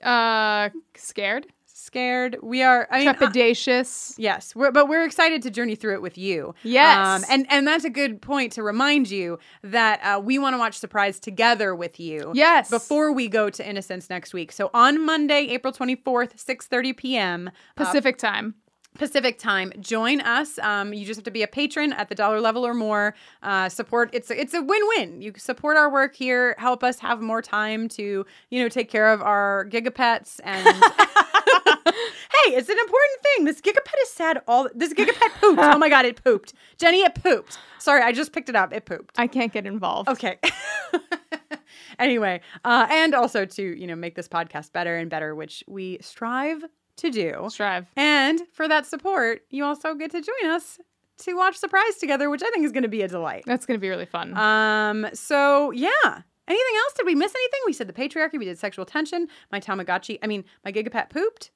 A: Uh, scared.
B: Scared. We are. I mean,
A: trepidatious.
B: yes, we're, but we're excited to journey through it with you. Um,
A: Yes.
B: and and that's a good point to remind you that uh, we want to watch Surprise together with you.
A: Yes.
B: Before we go to Innocence next week. So on Monday, April twenty fourth, six thirty p.m. uh,
A: Pacific time.
B: Pacific time. Join us. Um, you just have to be a patron at the dollar level or more. Uh, support. It's a, it's a win win. You support our work here. Help us have more time to you know take care of our gigapets. And hey, it's an important thing. This gigapet is sad. All this gigapet pooped. Oh my god, it pooped. Jenny, it pooped. Sorry, I just picked it up. It pooped.
A: I can't get involved.
B: Okay. anyway, uh, and also to you know make this podcast better and better, which we strive to do.
A: Strive.
B: And for that support, you also get to join us to watch Surprise together, which I think is going to be a delight.
A: That's going to be really fun.
B: Um. So yeah. Anything else? Did we miss anything? We said the patriarchy. We did sexual tension. My Tamagotchi. I mean, my Gigapet pooped.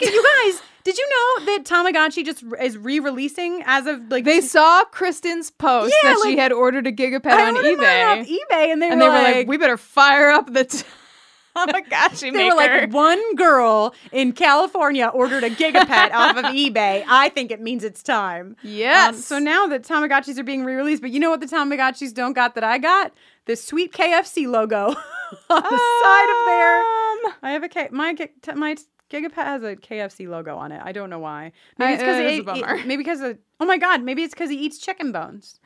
B: you guys? did you know that Tamagotchi just r- is re-releasing as of like
A: they saw Kristen's post
B: Yeah,
A: that she
B: like,
A: had ordered a gigapet
B: I
A: on
B: ordered mine
A: eBay.
B: off eBay, and they
A: and
B: were
A: they were
B: like-
A: like, "We better fire up the t- Tamagotchi
B: They were like, one girl in California ordered a gigapet off of eBay. I think it means it's time. Um,
A: Yes.
B: so now that Tamagotchis are being re released, but you know what the Tamagotchis don't got that I got? The sweet KFC logo on the side of there.
A: Ah.
B: I have a K. My, gi- t- my t- gigapet has a KFC logo on it. I don't know why. Maybe
A: I- uh,
B: it's because
A: it is a
B: it, it-
A: bummer.
B: maybe because of, oh my God, maybe it's because he eats chicken bones.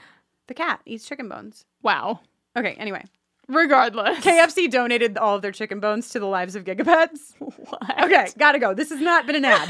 B: The cat eats chicken bones.
A: "Wow."
B: Okay, anyway.
A: Regardless,
B: KFC donated all of their chicken bones to the lives of gigapets. Okay, gotta go. This has not been an ad.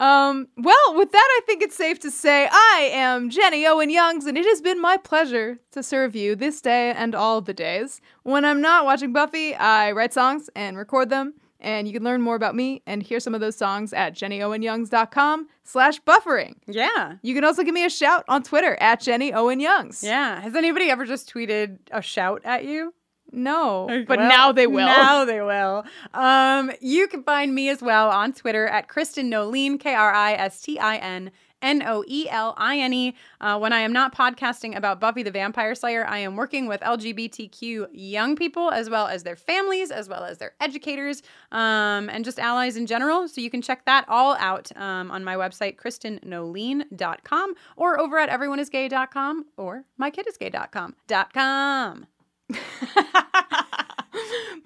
A: Um, well, with that, I think it's safe to say I am Jenny Owen Youngs, and it has been my pleasure to serve you this day and all the days. When I'm not watching Buffy, I write songs and record them, and you can learn more about me and hear some of those songs at jennyowenyoungs.com slash buffering.
B: Yeah.
A: You can also give me a shout on Twitter at Jenny Owen Youngs.
B: Yeah. Has anybody ever just tweeted a shout at you?
A: No.
B: Like,
A: but
B: well,
A: now they will.
B: Now they will. Um, you can find me as well on Twitter at Kristen Noline, K R I S T I N N O E L I N E. Uh, When I am not podcasting about Buffy the Vampire Slayer, I am working with LGBTQ young people as well as their families, as well as their educators, um, and just allies in general. So you can check that all out um, on my website, KristenNoline.com, or over at everyoneisgay.com or mykidisgay.com. Dot com.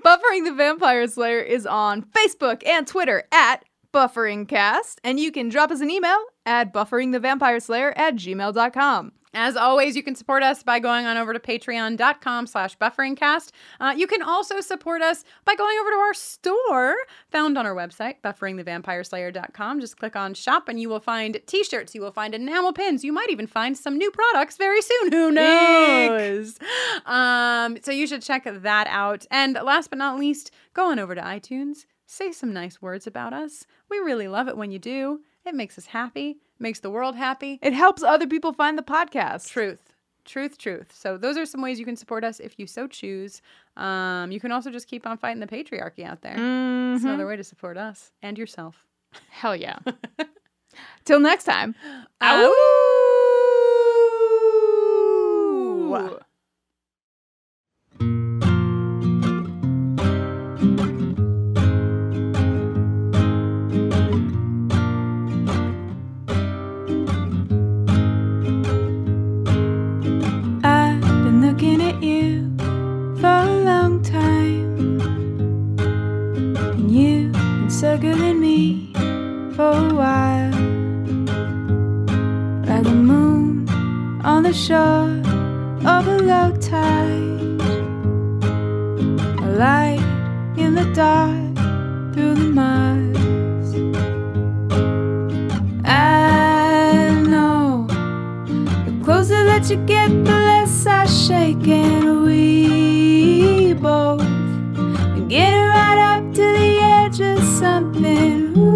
A: Buffering the Vampire Slayer is on Facebook and Twitter at BufferingCast, and you can drop us an email at bufferingthevampireslayer at gmail.com.
B: As always, you can support us by going on over to patreon.com slash bufferingcast. Uh, you can also support us by going over to our store found on our website, bufferingthevampireslayer.com. Just click on shop and you will find t-shirts. You will find enamel pins. You might even find some new products very soon. Who knows? Um, so you should check that out. And last but not least, go on over to iTunes. Say some nice words about us. We really love it when you do. It makes us happy, makes the world happy.
A: It helps other people find the podcast.
B: Truth. Truth, truth. So those are some ways you can support us if you so choose. Um, you can also just keep on fighting the patriarchy out there. It's
J: Mm-hmm.
A: Mhm.
B: another way to support us and yourself.
A: Hell yeah. Till next time.
B: Ooh.
J: I've been looking at you for a long time. And you've been circling me for a while. Like a moon on the shore of a low tide. A light in the dark through the miles. I know. The closer that you get, the less I shake, and we both get right up to the edge of something. Ooh.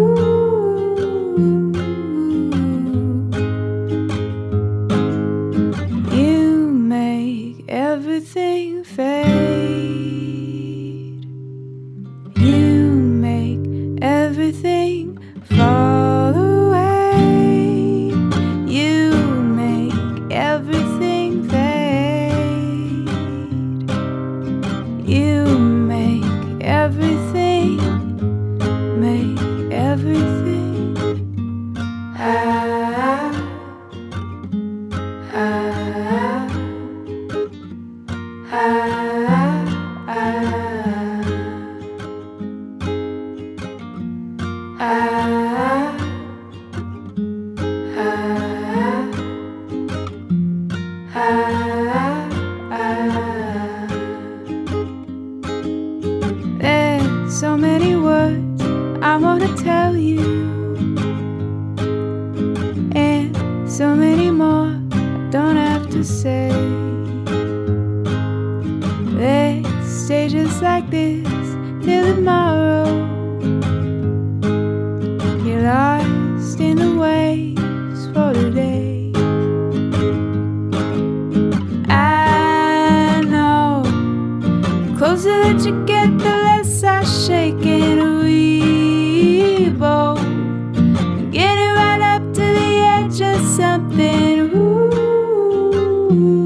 A: So many words I wanna tell you, and so many more I don't have to say. Let's stay just like this till tomorrow. You're lost in the waves for today. I know Closer that you get, the less I shake and we both get it right up to the edge of something. Ooh.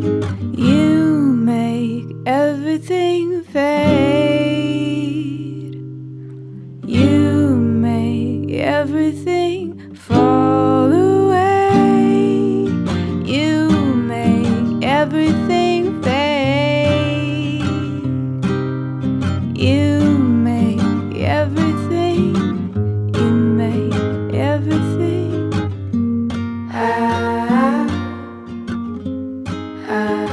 A: You make everything fade. You make everything fall away. You make everything fade. You make everything. You make everything. Ah, ah,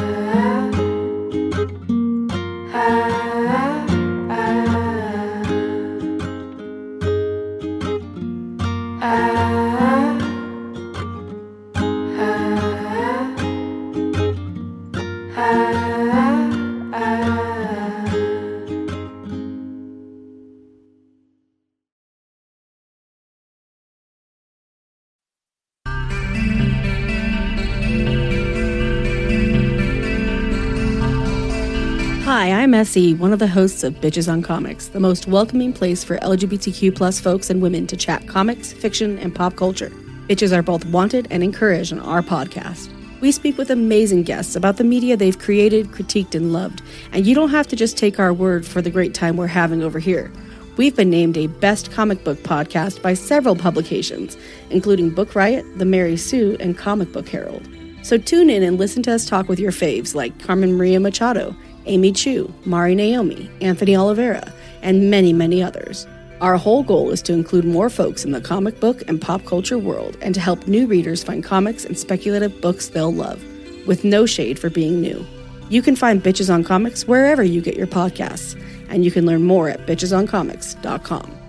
A: ah, ah, ah.
B: Hi, I'm Essie, one of the hosts of Bitches on Comics, the most welcoming place for LGBTQ plus folks and women to chat comics, fiction, and pop culture. Bitches are both wanted and encouraged on our podcast. We speak with amazing guests about the media they've created, critiqued, and loved, and you don't have to just take our word for the great time we're having over here. We've been named a best comic book podcast by several publications, including Book Riot, The Mary Sue, and Comic Book Herald. So tune in and listen to us talk with your faves like Carmen Maria Machado, Amy Chu, Mari Naomi, Anthony Oliveira, and many, many others. Our whole goal is to include more folks in the comic book and pop culture world and to help new readers find comics and speculative books they'll love, with no shade for being new. You can find Bitches on Comics wherever you get your podcasts, and you can learn more at bitchesoncomics.com.